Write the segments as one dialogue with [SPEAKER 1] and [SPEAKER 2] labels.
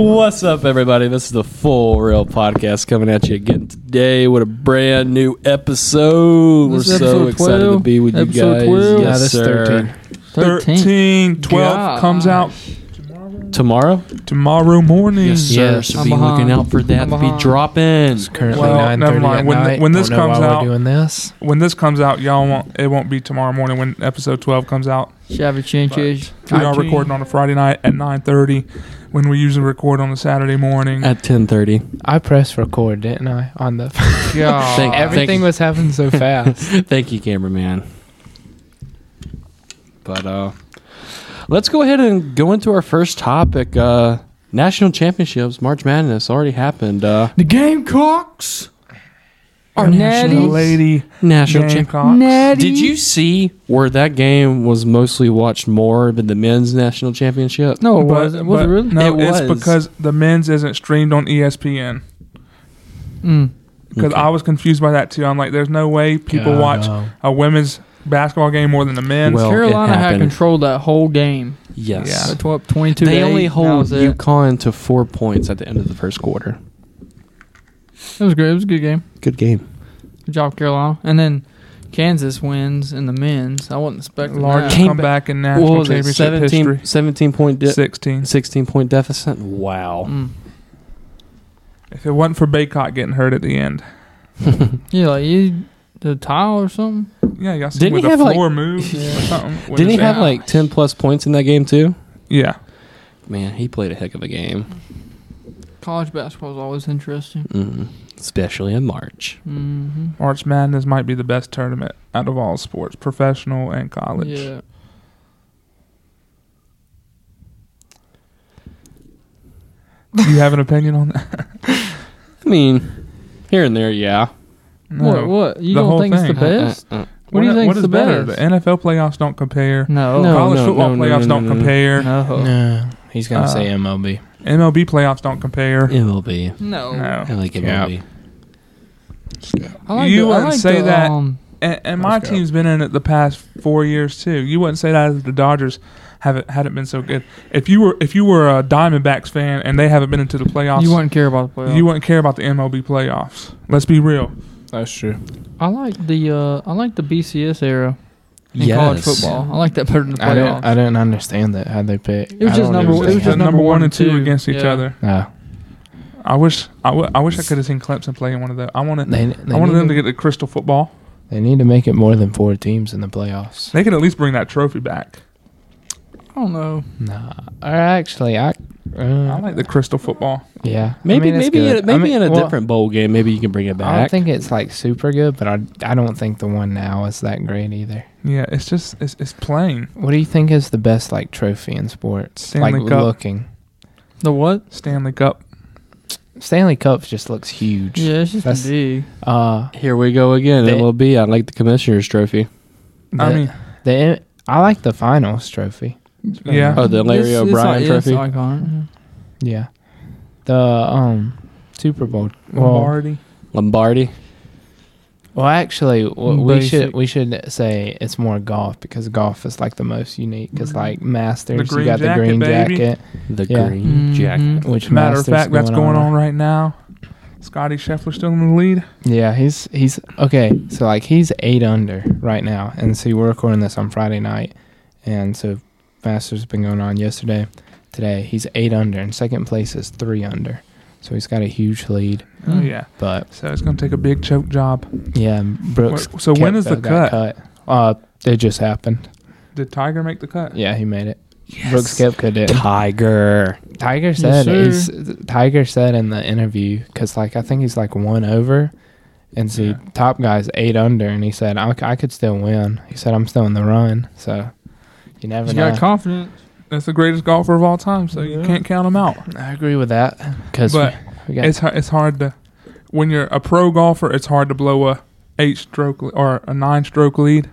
[SPEAKER 1] What's up, everybody? This is the Full Real Podcast coming at you again today with a brand new episode.
[SPEAKER 2] This
[SPEAKER 1] We're
[SPEAKER 2] is
[SPEAKER 1] so
[SPEAKER 2] episode
[SPEAKER 1] excited
[SPEAKER 2] 12?
[SPEAKER 1] to be with you
[SPEAKER 2] Episode
[SPEAKER 1] guys. Yes,
[SPEAKER 2] 12? Yeah, this is
[SPEAKER 1] sir.
[SPEAKER 2] 13.
[SPEAKER 3] 13, 12 comes out
[SPEAKER 1] Tomorrow?
[SPEAKER 3] tomorrow morning.
[SPEAKER 1] Yes, sir.
[SPEAKER 2] Yes,
[SPEAKER 1] so
[SPEAKER 2] I'm
[SPEAKER 1] be looking
[SPEAKER 2] behind.
[SPEAKER 1] out for that
[SPEAKER 2] I'm
[SPEAKER 1] to be
[SPEAKER 2] behind.
[SPEAKER 1] dropping.
[SPEAKER 2] It's currently
[SPEAKER 3] Well,
[SPEAKER 2] nine
[SPEAKER 3] never
[SPEAKER 2] thirty
[SPEAKER 3] mind.
[SPEAKER 2] at
[SPEAKER 3] When-
[SPEAKER 2] night.
[SPEAKER 3] when this
[SPEAKER 2] Don't know
[SPEAKER 3] comes
[SPEAKER 2] why
[SPEAKER 3] out-
[SPEAKER 2] we're doing this.
[SPEAKER 3] When this comes out, y'all won't it won't be tomorrow morning when episode 12 comes out.
[SPEAKER 4] Shabby Chinchage.
[SPEAKER 3] We are
[SPEAKER 2] Okay.
[SPEAKER 3] recording on a Friday night at 9:30 when we usually record on a Saturday morning.
[SPEAKER 1] At 10.30.
[SPEAKER 2] I pressed record, didn't I? On the
[SPEAKER 3] God.
[SPEAKER 1] Thank-
[SPEAKER 2] everything
[SPEAKER 1] thank-
[SPEAKER 2] was happening so fast.
[SPEAKER 1] Thank you, cameraman. But uh, let's go ahead and go into our first topic. Uh, National Championships, March Madness already happened. Uh,
[SPEAKER 4] The Gamecocks are
[SPEAKER 3] National
[SPEAKER 4] natty.
[SPEAKER 3] Lady
[SPEAKER 1] National Championships.
[SPEAKER 3] Gamecocks.
[SPEAKER 1] Did you see where that game was mostly watched more than the men's national championship?
[SPEAKER 4] No, it
[SPEAKER 3] But-
[SPEAKER 4] wasn't. Was it
[SPEAKER 3] but
[SPEAKER 4] really?
[SPEAKER 3] No,
[SPEAKER 1] It
[SPEAKER 3] it's
[SPEAKER 1] was.
[SPEAKER 3] because the men's isn't streamed on E ESPN.
[SPEAKER 4] Mm.
[SPEAKER 3] Because
[SPEAKER 1] Okay.
[SPEAKER 3] I was confused by that too. I'm like, there's no way people
[SPEAKER 2] Yeah,
[SPEAKER 3] watch
[SPEAKER 2] no.
[SPEAKER 3] a women's basketball game more than the men's.
[SPEAKER 1] Well, it
[SPEAKER 4] Carolina had
[SPEAKER 1] happened.
[SPEAKER 4] control that whole game.
[SPEAKER 1] Yes.
[SPEAKER 3] Yeah.
[SPEAKER 4] The 12, 22
[SPEAKER 1] They
[SPEAKER 4] to
[SPEAKER 1] only
[SPEAKER 4] eight, that
[SPEAKER 1] hold
[SPEAKER 4] was it.
[SPEAKER 1] UConn to four points at the end of the first quarter.
[SPEAKER 4] It was great. It was a good game.
[SPEAKER 1] Good game.
[SPEAKER 4] Good job, Carolina. And then Kansas wins in the men's. I wasn't expecting
[SPEAKER 3] largest
[SPEAKER 4] that.
[SPEAKER 1] Came
[SPEAKER 3] comeback in
[SPEAKER 1] What
[SPEAKER 3] national
[SPEAKER 1] was it?
[SPEAKER 3] championship
[SPEAKER 1] 17,
[SPEAKER 3] history.
[SPEAKER 1] 17 point de-
[SPEAKER 3] 16.
[SPEAKER 1] 16 point deficit. Wow.
[SPEAKER 4] Mm.
[SPEAKER 3] If it wasn't for Baycott getting hurt at the end,
[SPEAKER 4] Yeah, like you the tile or something.
[SPEAKER 3] yeah, y'all see
[SPEAKER 1] Didn't
[SPEAKER 3] with
[SPEAKER 1] he
[SPEAKER 3] the
[SPEAKER 1] have, like-
[SPEAKER 3] floor move
[SPEAKER 4] Yeah.
[SPEAKER 3] or something.
[SPEAKER 1] Didn't he
[SPEAKER 4] that?
[SPEAKER 1] have like 10 plus points in that game too?
[SPEAKER 3] Yeah,
[SPEAKER 1] Man, he played a heck of a game,
[SPEAKER 4] College basketball is always interesting.
[SPEAKER 1] mm especially in March.
[SPEAKER 4] hmm
[SPEAKER 3] March Madness might be the best tournament out of all sports, professional and college.
[SPEAKER 4] Yeah.
[SPEAKER 3] Do you have an opinion on that?
[SPEAKER 1] I mean, here and there, yeah.
[SPEAKER 4] What? What? You
[SPEAKER 3] The
[SPEAKER 4] don't
[SPEAKER 3] whole
[SPEAKER 4] think
[SPEAKER 3] thing.
[SPEAKER 4] it's the best?
[SPEAKER 1] Uh, uh, uh.
[SPEAKER 4] What do you think's
[SPEAKER 3] is
[SPEAKER 4] the
[SPEAKER 3] better?
[SPEAKER 4] best?
[SPEAKER 3] The NFL playoffs don't compare.
[SPEAKER 4] No.
[SPEAKER 1] No,
[SPEAKER 3] College football
[SPEAKER 1] no, no,
[SPEAKER 3] playoffs
[SPEAKER 1] no,
[SPEAKER 3] don't
[SPEAKER 1] no, no.
[SPEAKER 3] compare.
[SPEAKER 1] Oh.
[SPEAKER 4] No.
[SPEAKER 2] No, he's gonna
[SPEAKER 3] Uh,
[SPEAKER 2] say MLB.
[SPEAKER 3] MLB playoffs don't
[SPEAKER 1] uh.
[SPEAKER 3] compare.
[SPEAKER 1] MLB.
[SPEAKER 4] No.
[SPEAKER 3] No.
[SPEAKER 1] I like
[SPEAKER 2] Yeah.
[SPEAKER 1] MLB.
[SPEAKER 4] I like
[SPEAKER 3] You
[SPEAKER 4] the,
[SPEAKER 3] wouldn't
[SPEAKER 4] I like
[SPEAKER 3] say
[SPEAKER 4] the,
[SPEAKER 3] that.
[SPEAKER 4] Um,
[SPEAKER 3] And, and my
[SPEAKER 2] Let's go.
[SPEAKER 3] team's been in it the past four years too. You wouldn't say that if the Dodgers haven't hadn't been so good. If you were if you were a Diamondbacks fan and they haven't been into the playoffs,
[SPEAKER 4] you wouldn't care about the playoffs.
[SPEAKER 3] you wouldn't care about the MLB playoffs. Let's be real.
[SPEAKER 2] That's true.
[SPEAKER 4] I like the uh, I like the BCS era in
[SPEAKER 1] Yes.
[SPEAKER 4] college football. I like that better than the
[SPEAKER 2] I
[SPEAKER 4] playoffs.
[SPEAKER 2] didn't. I didn't understand that how they pick.
[SPEAKER 4] It was
[SPEAKER 2] I
[SPEAKER 4] just
[SPEAKER 2] don't
[SPEAKER 4] number-
[SPEAKER 2] even
[SPEAKER 4] it was
[SPEAKER 2] think
[SPEAKER 4] just
[SPEAKER 2] I-
[SPEAKER 3] The
[SPEAKER 4] number
[SPEAKER 3] number
[SPEAKER 4] one
[SPEAKER 3] one and
[SPEAKER 4] and
[SPEAKER 3] two
[SPEAKER 4] two.
[SPEAKER 3] against each
[SPEAKER 4] Yeah.
[SPEAKER 3] other.
[SPEAKER 2] No,
[SPEAKER 3] I wish I wi- I wish I could have seen Clemson play in one of those. I wanted
[SPEAKER 2] they, they
[SPEAKER 3] I wanted
[SPEAKER 2] need
[SPEAKER 3] them to get the crystal football.
[SPEAKER 2] They need to make it more than four teams in the playoffs.
[SPEAKER 3] They could at least bring that trophy back.
[SPEAKER 4] I don't know.
[SPEAKER 2] Nah, or actually, I. Uh,
[SPEAKER 3] I
[SPEAKER 4] Mm.
[SPEAKER 3] like the crystal football.
[SPEAKER 2] Yeah,
[SPEAKER 1] Maybe
[SPEAKER 2] I mean, it's
[SPEAKER 1] maybe
[SPEAKER 2] good.
[SPEAKER 1] in a, maybe
[SPEAKER 2] I mean,
[SPEAKER 1] in a
[SPEAKER 2] well,
[SPEAKER 1] different bowl game, maybe you can bring it
[SPEAKER 2] I don't
[SPEAKER 1] back.
[SPEAKER 2] think it's like super good, but I I don't think the one now is that great either.
[SPEAKER 3] Yeah, it's just it's it's plain
[SPEAKER 2] What do you think is the best like trophy in sports?
[SPEAKER 3] Stanley
[SPEAKER 2] like
[SPEAKER 3] Cup.
[SPEAKER 2] looking.
[SPEAKER 4] The what?
[SPEAKER 3] Stanley Cup.
[SPEAKER 2] Stanley Cup just looks huge.
[SPEAKER 4] Yeah, it's just
[SPEAKER 2] That's-
[SPEAKER 4] big.
[SPEAKER 2] Uh
[SPEAKER 1] Here we go again.
[SPEAKER 2] They-
[SPEAKER 1] MLB. I like the commissioner's trophy.
[SPEAKER 2] the,
[SPEAKER 3] I mean,
[SPEAKER 2] the I like the finals trophy. pretty
[SPEAKER 3] yeah,
[SPEAKER 2] nice.
[SPEAKER 1] Oh, the Larry
[SPEAKER 4] It's- it's
[SPEAKER 1] O'Brien
[SPEAKER 4] like- yeah, it's
[SPEAKER 1] trophy.
[SPEAKER 3] Mm-hmm.
[SPEAKER 4] iconic.
[SPEAKER 2] Yeah. The um Super Bowl. Well,
[SPEAKER 3] Lombardi.
[SPEAKER 1] Lombardi.
[SPEAKER 2] well actually w- we should
[SPEAKER 4] Basic.
[SPEAKER 2] we should say it's more golf because golf is like the most unique cuz like Masters you
[SPEAKER 3] Mm-hmm. green
[SPEAKER 2] got the
[SPEAKER 3] jacket,
[SPEAKER 2] green
[SPEAKER 3] baby.
[SPEAKER 2] jacket
[SPEAKER 1] The
[SPEAKER 2] Yeah.
[SPEAKER 1] green jacket.
[SPEAKER 4] Mhm.
[SPEAKER 2] which
[SPEAKER 3] Matter of
[SPEAKER 2] Masters
[SPEAKER 3] fact, that's going on right now. Scotty Scheffler still in the lead.
[SPEAKER 2] Yeah, he's he's okay. So like he's eight under right now, and see we're recording this on Friday night, and so Masters has been going on yesterday, today. He's eight under, and second place is three under, so he's got a huge lead.
[SPEAKER 3] Oh
[SPEAKER 4] Mm.
[SPEAKER 3] yeah,
[SPEAKER 2] But
[SPEAKER 3] so it's gonna take a big choke job.
[SPEAKER 2] yeah, Brooks.
[SPEAKER 3] Wait, so when is the
[SPEAKER 2] Koepka got
[SPEAKER 3] cut?
[SPEAKER 2] Uh, it just happened.
[SPEAKER 3] Did Tiger make the cut?
[SPEAKER 2] Yeah, he made it. Brooks Kepka did.
[SPEAKER 1] Tiger.
[SPEAKER 2] Tiger
[SPEAKER 4] Yes,
[SPEAKER 2] said he's, Tiger said in the interview because like I think he's like one over, and see
[SPEAKER 3] Yeah.
[SPEAKER 2] top guy's eight under, and he said I, c- I could still win. He said I'm still in the run, so you never
[SPEAKER 4] He's
[SPEAKER 2] know.
[SPEAKER 4] got confidence.
[SPEAKER 3] That's the greatest golfer of all time, so you
[SPEAKER 4] Yeah.
[SPEAKER 3] can't count him out.
[SPEAKER 2] I agree with that because
[SPEAKER 3] But
[SPEAKER 2] we got
[SPEAKER 3] It's har- it's hard to when you're a pro golfer. It's hard to blow a eight stroke le- or a nine stroke lead.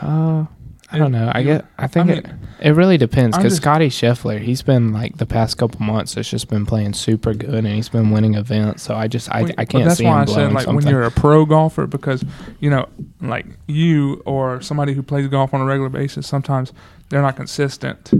[SPEAKER 2] uh, I don't know. I
[SPEAKER 3] You-
[SPEAKER 2] get. I think
[SPEAKER 3] mean-
[SPEAKER 2] it. It really depends
[SPEAKER 3] I'm
[SPEAKER 2] because
[SPEAKER 3] just-
[SPEAKER 2] Scotty Scheffler, he's been like the past couple months. It's just been playing super good and he's been winning events. So I just I,
[SPEAKER 3] When-
[SPEAKER 2] I
[SPEAKER 3] but
[SPEAKER 2] can't
[SPEAKER 3] that's
[SPEAKER 2] see
[SPEAKER 3] why
[SPEAKER 2] him
[SPEAKER 3] I
[SPEAKER 2] blowing
[SPEAKER 3] said like
[SPEAKER 2] something.
[SPEAKER 3] when you're a pro golfer because you know like you or somebody who plays golf on a regular basis sometimes they're not consistent.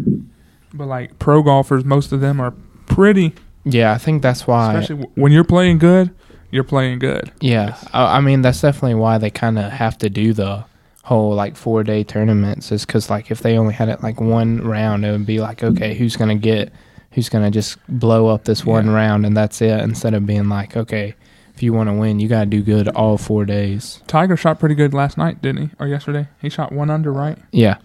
[SPEAKER 3] But like pro golfers, most of them are pretty
[SPEAKER 2] Yeah, I think that's why.
[SPEAKER 3] Especially w- when you're playing good, you're playing good.
[SPEAKER 2] yeah, I, I mean that's definitely why they kind of have to do the whole like four day tournaments is because like if they only had it like one round, it would be like okay, who's gonna get, who's gonna just blow up this one
[SPEAKER 3] Yeah.
[SPEAKER 2] round and that's it, instead of being like okay, if you want to win, you gotta do good all four days.
[SPEAKER 3] Tiger shot pretty good last night, didn't he? Or yesterday? He shot one under, right?
[SPEAKER 2] Yeah,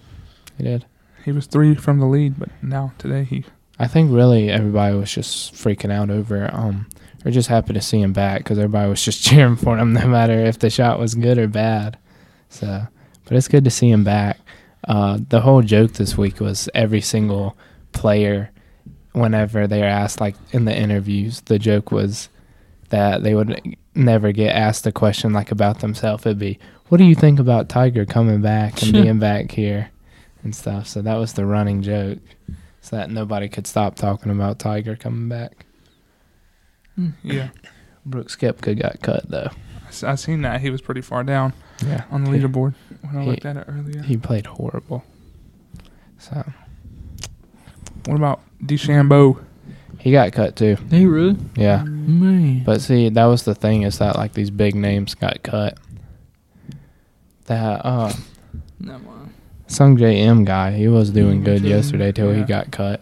[SPEAKER 2] it did.
[SPEAKER 3] He was three from the lead, but now today he.
[SPEAKER 2] I think really everybody was just freaking out over um or just happy to see him back because everybody was just cheering for him no matter if the shot was good or bad. So, but it's good to see him back. Uh, the whole joke this week was every single player, whenever they are asked like in the interviews, the joke was that they would never get asked a question like about themselves. It'd be, "What do you think about Tiger coming back and being back here?" and stuff. So that was the running joke so that nobody could stop talking about Tiger coming back.
[SPEAKER 3] Yeah.
[SPEAKER 2] Brooks Kepka got cut though.
[SPEAKER 3] I s- I seen that. He was pretty far down
[SPEAKER 2] Yeah,
[SPEAKER 3] on the leaderboard when I
[SPEAKER 2] He-
[SPEAKER 3] looked at it earlier.
[SPEAKER 2] He played horrible. So
[SPEAKER 3] What about DeChambeau?
[SPEAKER 2] he got cut too.
[SPEAKER 4] They really?
[SPEAKER 2] Yeah,
[SPEAKER 4] Man.
[SPEAKER 2] but see, that was the thing is that like these big names got cut. That uh,
[SPEAKER 4] Never mind.
[SPEAKER 2] Sung J M guy, he was doing
[SPEAKER 4] Mm,
[SPEAKER 2] good
[SPEAKER 4] true.
[SPEAKER 2] yesterday till he
[SPEAKER 3] Yeah.
[SPEAKER 2] got cut,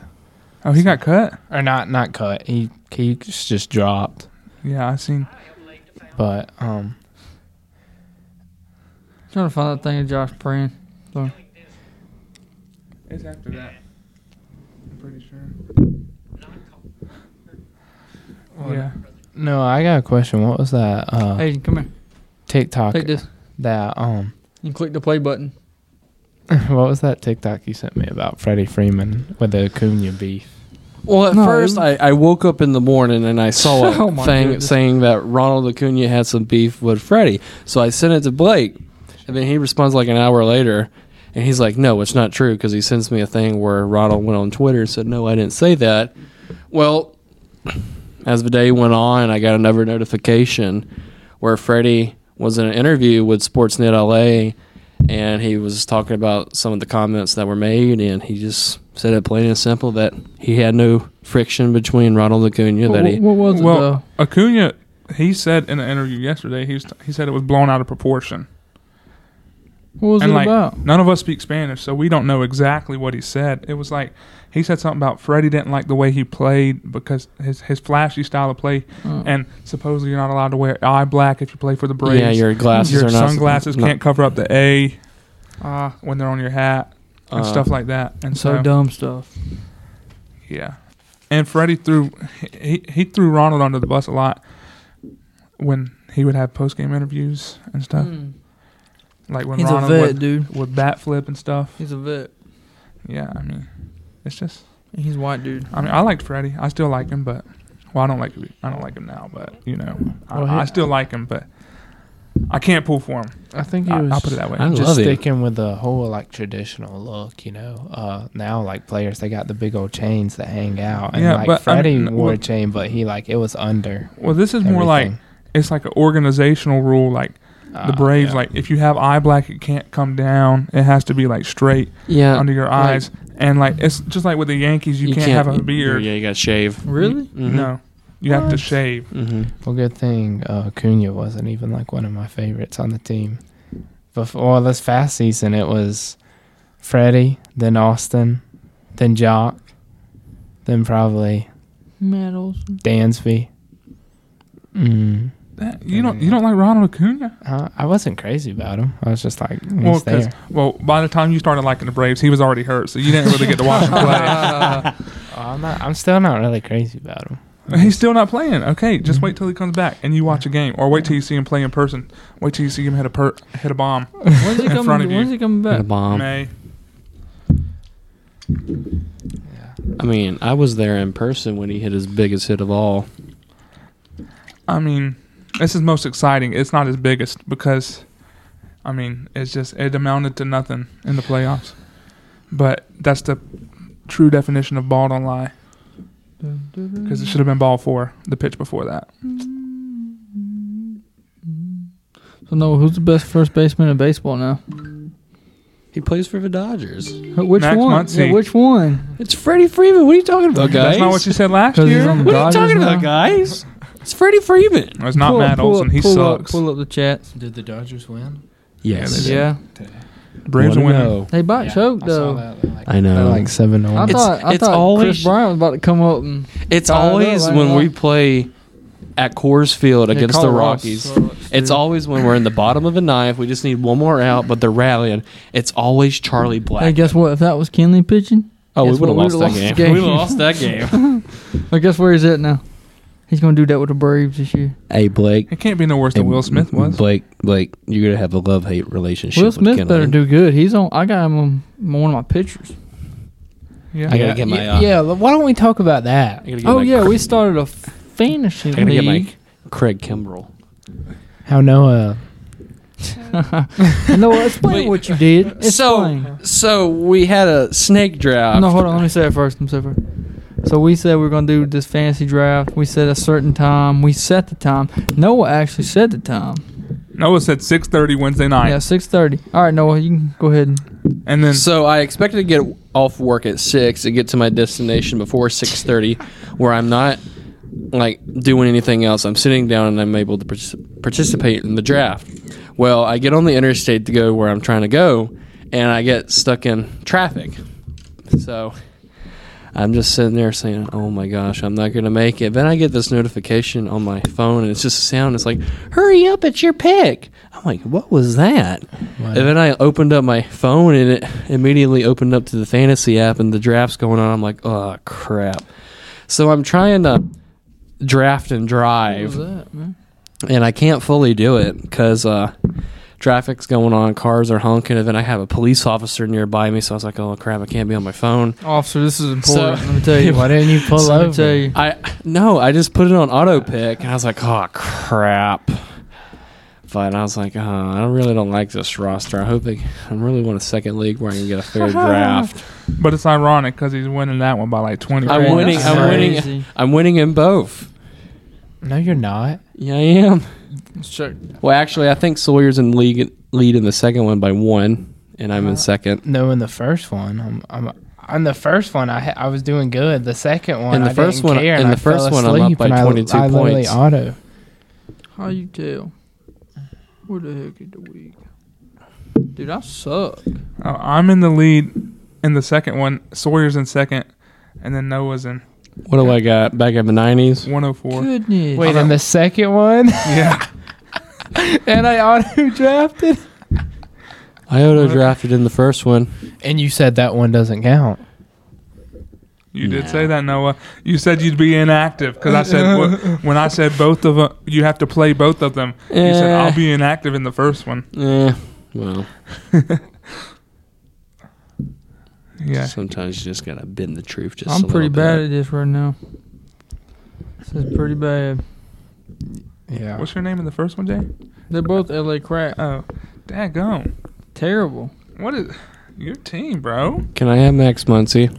[SPEAKER 3] Oh, he got cut?
[SPEAKER 2] or not not cut. He he just dropped.
[SPEAKER 3] Yeah, I seen.
[SPEAKER 2] But um,
[SPEAKER 4] Trying to find that thing of Josh Pran.
[SPEAKER 3] It's after that. I'm pretty sure. Yeah.
[SPEAKER 2] no, I got a question. What was that uh
[SPEAKER 4] Hey, come here.
[SPEAKER 2] TikTok
[SPEAKER 4] Take this
[SPEAKER 2] that um
[SPEAKER 4] and click the play button.
[SPEAKER 2] what was that TikTok you sent me about Freddie Freeman with the Acuna beef?
[SPEAKER 1] Well, at
[SPEAKER 4] No,
[SPEAKER 1] first,
[SPEAKER 4] it-
[SPEAKER 1] I, I woke up in the morning and I saw a
[SPEAKER 4] Oh my
[SPEAKER 1] thing
[SPEAKER 4] goodness.
[SPEAKER 1] saying that Ronald Acuna had some beef with Freddie. So I sent it to Blake, and then he responds like an hour later, and he's like, "No, it's not true," because he sends me a thing where Ronald went on Twitter and said, "No, I didn't say that." Well, as the day went on, I got another notification where Freddie was in an interview with Sportsnet LA, and he was talking about some of the comments that were made, and he just said it plain and simple that he had no friction between Ronald Acuna. That he,
[SPEAKER 4] what was
[SPEAKER 3] Well, Acuna, he said in an interview yesterday, he was, he said it was blown out of proportion.
[SPEAKER 4] What was
[SPEAKER 3] and like none of us speak Spanish, so we don't know exactly what he said. It was like he said something about Freddie didn't like the way he played because his his flashy style of play,
[SPEAKER 4] Oh.
[SPEAKER 3] and supposedly you're not allowed to wear eye black if you play for the Braves.
[SPEAKER 1] yeah, your glasses
[SPEAKER 3] Your
[SPEAKER 1] are not
[SPEAKER 3] sunglasses
[SPEAKER 1] not-
[SPEAKER 3] can't cover up the A uh,
[SPEAKER 4] Ah,
[SPEAKER 3] when they're on your hat and
[SPEAKER 1] uh,
[SPEAKER 3] stuff like that. And
[SPEAKER 4] so
[SPEAKER 3] so,
[SPEAKER 4] dumb stuff.
[SPEAKER 3] yeah, and Freddie threw he he threw Ronald under the bus a lot when he would have post game interviews and stuff,
[SPEAKER 4] Mm.
[SPEAKER 3] like when
[SPEAKER 4] He's a
[SPEAKER 3] Ronald
[SPEAKER 4] vet,
[SPEAKER 3] would,
[SPEAKER 4] dude.
[SPEAKER 3] would bat flip and stuff.
[SPEAKER 4] He's a vet.
[SPEAKER 3] Yeah, I mean, it's just.
[SPEAKER 4] And He's white, dude.
[SPEAKER 3] I mean, I liked Freddie. I still like him, but well, I don't like I don't like him now. But you know, I,
[SPEAKER 2] Well, he-
[SPEAKER 3] I still like him, but I can't pull for him.
[SPEAKER 2] I think he
[SPEAKER 3] I,
[SPEAKER 2] was
[SPEAKER 3] will put it that way.
[SPEAKER 1] I
[SPEAKER 2] just
[SPEAKER 1] love it.
[SPEAKER 2] sticking with the whole like traditional look, you know. Uh, now like players, they got the big old chains that hang out, and
[SPEAKER 3] Yeah, but, I
[SPEAKER 2] like Freddie
[SPEAKER 3] mean,
[SPEAKER 2] wore
[SPEAKER 3] well-
[SPEAKER 2] a chain, but he like it was under.
[SPEAKER 3] well, this is more like
[SPEAKER 2] everything.
[SPEAKER 3] it's like an organizational rule. Like the
[SPEAKER 2] Uh,
[SPEAKER 3] Braves,
[SPEAKER 2] yeah.
[SPEAKER 3] like if you have eye black, it can't come down. It has to be like straight
[SPEAKER 1] yeah,
[SPEAKER 3] under your
[SPEAKER 1] like-
[SPEAKER 3] eyes, and like it's just like with the Yankees, Uh, you, can't, have a beard.
[SPEAKER 1] Yeah, you got to shave.
[SPEAKER 4] Really?
[SPEAKER 1] Mhm.
[SPEAKER 3] No, you have to
[SPEAKER 4] What?
[SPEAKER 3] shave.
[SPEAKER 1] Mhm.
[SPEAKER 2] Well, good thing uh, Cunha wasn't even like one of my favorites on the team. Before this fast season, it was Freddie, then Austin, then Jock, then probably
[SPEAKER 4] Medals.
[SPEAKER 2] Dansby. Mm.
[SPEAKER 3] That- You don't you don't like Ronald Acuna?
[SPEAKER 2] Uh, I wasn't crazy about him. I was just like, he's
[SPEAKER 3] Well, 'cause-
[SPEAKER 2] there.
[SPEAKER 3] Well, by the time you started liking the Braves, he was already hurt, so you didn't really get to watch him play.
[SPEAKER 2] Oh, I'm not. I'm still not really crazy about him.
[SPEAKER 3] He's still not playing. Okay, just wait till he comes back and you watch a game, or wait till you see him play in person. Wait till you see him hit a per- hit a bomb.
[SPEAKER 4] when's he
[SPEAKER 3] In
[SPEAKER 4] coming?
[SPEAKER 3] front of you.
[SPEAKER 4] When's he coming
[SPEAKER 1] Got a
[SPEAKER 4] back?
[SPEAKER 1] bomb.
[SPEAKER 3] May
[SPEAKER 2] Yeah.
[SPEAKER 1] I mean, I was there in person when he hit his biggest hit of all.
[SPEAKER 3] I mean, this is most exciting. It's not his biggest because, I mean, it's just it amounted to nothing in the playoffs. But that's the true definition of ball don't lie because it should have been ball four, the pitch before that.
[SPEAKER 4] So no, who's the best first baseman in baseball now?
[SPEAKER 1] He plays for the Dodgers.
[SPEAKER 4] Wh- Which
[SPEAKER 3] Max
[SPEAKER 4] one?
[SPEAKER 3] Muncy.
[SPEAKER 4] Yeah, which one?
[SPEAKER 1] It's Freddie Freeman. What are you talking about, guys?
[SPEAKER 3] That's not what you said last
[SPEAKER 2] 'Cause he's
[SPEAKER 3] year.
[SPEAKER 2] on the
[SPEAKER 1] What are you
[SPEAKER 2] Dodgers
[SPEAKER 1] talking about,
[SPEAKER 2] now?
[SPEAKER 1] guys? It's Freddie Freeman.
[SPEAKER 3] It's not
[SPEAKER 4] Pull up-
[SPEAKER 3] Matt
[SPEAKER 4] pull
[SPEAKER 3] Olson.
[SPEAKER 4] up-
[SPEAKER 3] He
[SPEAKER 4] pull
[SPEAKER 3] sucks.
[SPEAKER 4] Up, pull up the chats.
[SPEAKER 2] Did the Dodgers win?
[SPEAKER 1] Yes.
[SPEAKER 2] Yeah,
[SPEAKER 4] Yeah,
[SPEAKER 3] Braves are winning.
[SPEAKER 4] they about choked though.
[SPEAKER 1] I know.
[SPEAKER 2] They're like seven to
[SPEAKER 4] I
[SPEAKER 2] one.
[SPEAKER 1] It's-
[SPEAKER 4] thought I
[SPEAKER 1] it's
[SPEAKER 4] thought
[SPEAKER 1] always-
[SPEAKER 4] Chris Bryant was about to come up and
[SPEAKER 1] It's
[SPEAKER 4] Uh, no,
[SPEAKER 1] always
[SPEAKER 4] I
[SPEAKER 1] when
[SPEAKER 4] know.
[SPEAKER 1] we play at Coors Field
[SPEAKER 4] Yeah,
[SPEAKER 1] against the
[SPEAKER 4] Colorado
[SPEAKER 1] Rockies.
[SPEAKER 4] sucks,
[SPEAKER 1] It's
[SPEAKER 4] dude.
[SPEAKER 1] always when we're in the bottom of a knife. We just need one more out, but they're rallying. It's always Charlie Black.
[SPEAKER 4] Hey, guess what? If that was Kenley pitching,
[SPEAKER 1] oh, we
[SPEAKER 4] guess
[SPEAKER 1] would have
[SPEAKER 4] what?
[SPEAKER 1] lost,
[SPEAKER 4] We'd've lost
[SPEAKER 1] that
[SPEAKER 4] the
[SPEAKER 1] game.
[SPEAKER 4] game.
[SPEAKER 1] We lost that game.
[SPEAKER 4] like guess where he's at now? He's gonna do that with the Braves this year.
[SPEAKER 1] hey, Blake.
[SPEAKER 3] It can't be no worse than Will Smith was.
[SPEAKER 1] Blake, Blake, you're going to have a love hate relationship.
[SPEAKER 4] Will Smith better do good. He's on. I got him on one of my pictures.
[SPEAKER 3] Yeah.
[SPEAKER 1] I gotta
[SPEAKER 2] yeah,
[SPEAKER 1] get my,
[SPEAKER 2] yeah,
[SPEAKER 1] uh,
[SPEAKER 2] yeah, why don't we talk about that?
[SPEAKER 4] Oh yeah, we started a fantasy
[SPEAKER 1] I gotta get my
[SPEAKER 4] league.
[SPEAKER 1] Craig Kimbrell.
[SPEAKER 2] How Noah?
[SPEAKER 4] no, explain
[SPEAKER 1] Wait.
[SPEAKER 4] what you did. Explain.
[SPEAKER 1] so uh, we had a snake draft.
[SPEAKER 4] No, hold on. Let me say it first. Let me say it first. So we said we are gonna do this fantasy draft. We said a certain time. We set the time. Noah actually said the time.
[SPEAKER 3] Noah said 6:30 Wednesday night,
[SPEAKER 4] Yeah, six thirty. All right, Noah, you can go ahead. And,
[SPEAKER 3] and then
[SPEAKER 1] So I expected to get off work at six and get to my destination before six thirty, where I'm not like doing anything else. I'm sitting down and I'm able to partic- participate in the draft. Well, I get on the interstate to go where I'm trying to go, and I get stuck in traffic. So I'm just sitting there saying, "Oh my gosh, I'm not gonna make it." Then I get this notification on my phone, and it's just a sound. It's like, "Hurry up! It's your pick." I'm like, "What was that?"
[SPEAKER 2] Wow.
[SPEAKER 1] And then I opened up my phone, and it immediately opened up to the fantasy app, and the draft's going on. I'm like, "Oh crap!" So I'm trying to draft and
[SPEAKER 4] what was
[SPEAKER 1] drive,
[SPEAKER 4] that, man?
[SPEAKER 1] and I can't fully do it because uh, traffic's going on, cars are honking, and then I have a police officer nearby me. So I was like, "Oh crap! I can't be on my phone."
[SPEAKER 4] Officer, this is important.
[SPEAKER 1] So-
[SPEAKER 4] let me tell you.
[SPEAKER 2] Why didn't you pull
[SPEAKER 4] So let me
[SPEAKER 2] over?
[SPEAKER 4] tell you.
[SPEAKER 1] I no, I just put it on auto pick, and I was like, oh crap. But I was like, oh, I don't really don't like this roster. I hope they, I really want a second league where I can get a fair draft.
[SPEAKER 3] but it's ironic because he's winning that one by like 20.
[SPEAKER 1] I'm
[SPEAKER 3] points.
[SPEAKER 1] winning- I'm winning-
[SPEAKER 4] winning.
[SPEAKER 1] I'm winning in both.
[SPEAKER 2] No, you're not.
[SPEAKER 1] Yeah, I am.
[SPEAKER 4] Let's check.
[SPEAKER 1] Well, actually, I think Sawyer's in league lead in the second one by one, and I'm in second.
[SPEAKER 2] No, in the first one, I'm, I'm on the first one. I ha- I was doing good. The second one,
[SPEAKER 1] In the
[SPEAKER 2] I
[SPEAKER 1] first
[SPEAKER 2] didn't
[SPEAKER 1] one-
[SPEAKER 2] care,
[SPEAKER 1] in
[SPEAKER 2] and
[SPEAKER 1] the
[SPEAKER 2] I fell
[SPEAKER 1] first one, I'm up
[SPEAKER 2] asleep,
[SPEAKER 1] by
[SPEAKER 2] and I-
[SPEAKER 1] 22
[SPEAKER 2] I literally
[SPEAKER 1] points.
[SPEAKER 2] auto.
[SPEAKER 4] How you tell? Where the heck is the week? Dude, I suck.
[SPEAKER 3] Uh, I'm in the lead in the second one. Sawyer's in second, and then Noah's in
[SPEAKER 1] What do I got? Back in the nineties.
[SPEAKER 3] 104.
[SPEAKER 4] Goodness.
[SPEAKER 2] Wait, in the second one,
[SPEAKER 3] Yeah,
[SPEAKER 2] and I auto drafted.
[SPEAKER 1] I auto drafted in the first one.
[SPEAKER 2] And you said that one doesn't count.
[SPEAKER 3] you did
[SPEAKER 1] Yeah.
[SPEAKER 3] say that, Noah. You said you'd be inactive because I said wh- when I said both of them, you have to play both of them. You said
[SPEAKER 1] Yeah.
[SPEAKER 3] I'll be inactive in the first one.
[SPEAKER 1] Eh, well,
[SPEAKER 3] Yeah,
[SPEAKER 1] sometimes you just gotta bend the truth. Just
[SPEAKER 4] I'm
[SPEAKER 1] a
[SPEAKER 4] pretty
[SPEAKER 1] little
[SPEAKER 4] bad
[SPEAKER 1] bit.
[SPEAKER 4] at this right now. This is pretty bad.
[SPEAKER 2] Yeah.
[SPEAKER 3] What's your name in the first one, Jay?
[SPEAKER 4] They're both LA crap.
[SPEAKER 3] Oh, daggone.
[SPEAKER 4] Terrible.
[SPEAKER 3] What is your team, bro?
[SPEAKER 1] Can I have Max Muncy?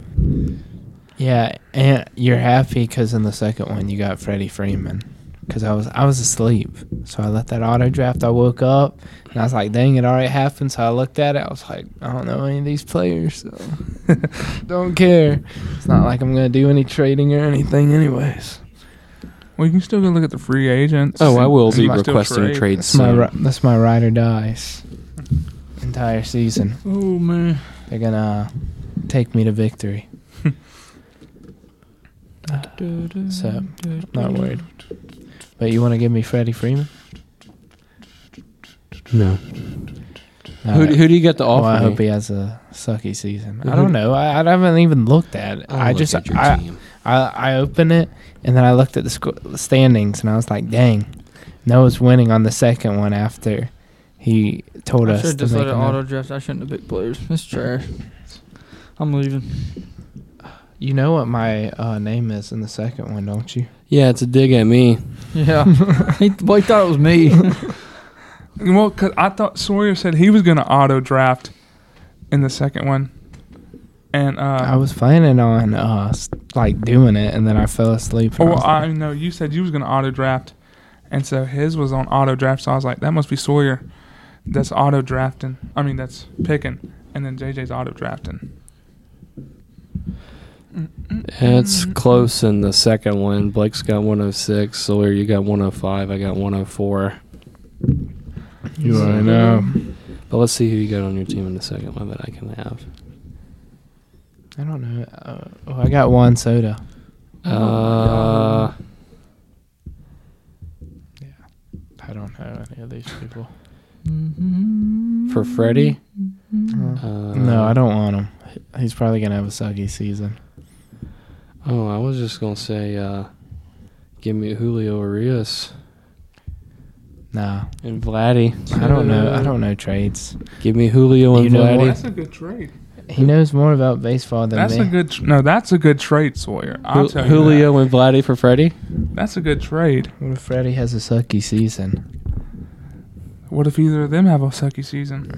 [SPEAKER 2] Yeah, and you're happy because in the second one you got Freddie Freeman. Because I was I was asleep, so I let that auto draft. I woke up and I was like, "Dang, it already happened." So I looked at it. I was like, "I don't know any of these players, so don't care." It's not like I'm gonna do any trading or anything, anyways.
[SPEAKER 3] Well, you can still go look at the free agents.
[SPEAKER 1] Oh, I will
[SPEAKER 3] And
[SPEAKER 1] be
[SPEAKER 3] you can still
[SPEAKER 1] requesting
[SPEAKER 3] trade.
[SPEAKER 1] trades
[SPEAKER 2] That's my
[SPEAKER 1] soon.
[SPEAKER 2] ri- that's my ride or dies entire season.
[SPEAKER 4] Oh man.
[SPEAKER 2] They're gonna take me to victory. So, Not worried. But you want to give me Freddie Freeman?
[SPEAKER 1] No.
[SPEAKER 2] No,
[SPEAKER 1] Who, who do you get to
[SPEAKER 2] Oh,
[SPEAKER 1] offer?
[SPEAKER 2] I
[SPEAKER 1] me?
[SPEAKER 2] hope he has a sucky season. I
[SPEAKER 1] Who-
[SPEAKER 2] don't know. I, I haven't even looked at it.
[SPEAKER 1] I'll
[SPEAKER 2] I
[SPEAKER 1] look
[SPEAKER 2] just
[SPEAKER 1] at your
[SPEAKER 2] I,
[SPEAKER 1] team.
[SPEAKER 2] I I opened it and then I looked at the squ- standings and I was like, dang, Noah's winning on the second one after he told
[SPEAKER 4] I
[SPEAKER 2] us
[SPEAKER 4] should
[SPEAKER 2] to
[SPEAKER 4] just
[SPEAKER 2] make
[SPEAKER 4] let it auto
[SPEAKER 2] auto-
[SPEAKER 4] draft. I shouldn't have picked players. It's trash. I'm leaving.
[SPEAKER 2] You know what my uh, name is in the second one, don't you?
[SPEAKER 1] Yeah, it's a dig at me.
[SPEAKER 4] Yeah. he, well, he thought it was me.
[SPEAKER 3] Well, 'cause I thought Sawyer said he was going to auto draft in the second one, and uh,
[SPEAKER 2] I was planning on uh s- like doing it and then I fell asleep. and
[SPEAKER 3] oh,
[SPEAKER 2] was
[SPEAKER 3] I
[SPEAKER 2] like,
[SPEAKER 3] know you said you was going to auto draft, and so his was on auto draft. So I was like, that must be Sawyer, that's auto drafting. I mean, that's picking. and then JJ's auto drafting.
[SPEAKER 1] It's close in the second one. Blake's got 106. Sawyer, you got 105. I got 104.
[SPEAKER 2] You already know.
[SPEAKER 1] But let's see who you got on your team in the second one that I can have.
[SPEAKER 2] I don't know. Uh, oh, I got one soda.
[SPEAKER 1] Uh,
[SPEAKER 2] I don't know any of these people.
[SPEAKER 1] for Freddie? Uh,
[SPEAKER 3] Um,
[SPEAKER 2] no, I don't want him. He's probably gonna have a sucky season.
[SPEAKER 1] Oh, I was just going to say uh, give me Julio Arias
[SPEAKER 2] Nah,
[SPEAKER 1] and Vladdy.
[SPEAKER 2] I don't know. I don't know trades.
[SPEAKER 1] Give me Julio and
[SPEAKER 2] You know
[SPEAKER 1] Vladdy.
[SPEAKER 2] what?
[SPEAKER 3] that's a good trade.
[SPEAKER 2] He knows more about baseball than
[SPEAKER 3] That's
[SPEAKER 2] me.
[SPEAKER 3] a good. Tr- no, that's a good trade, Sawyer. I'll
[SPEAKER 1] Ju-
[SPEAKER 3] tell you
[SPEAKER 1] Julio and Vladdy for Freddie?
[SPEAKER 3] that. That's a good trade.
[SPEAKER 2] what if Freddie has a sucky season?
[SPEAKER 3] What if either of them have a sucky season?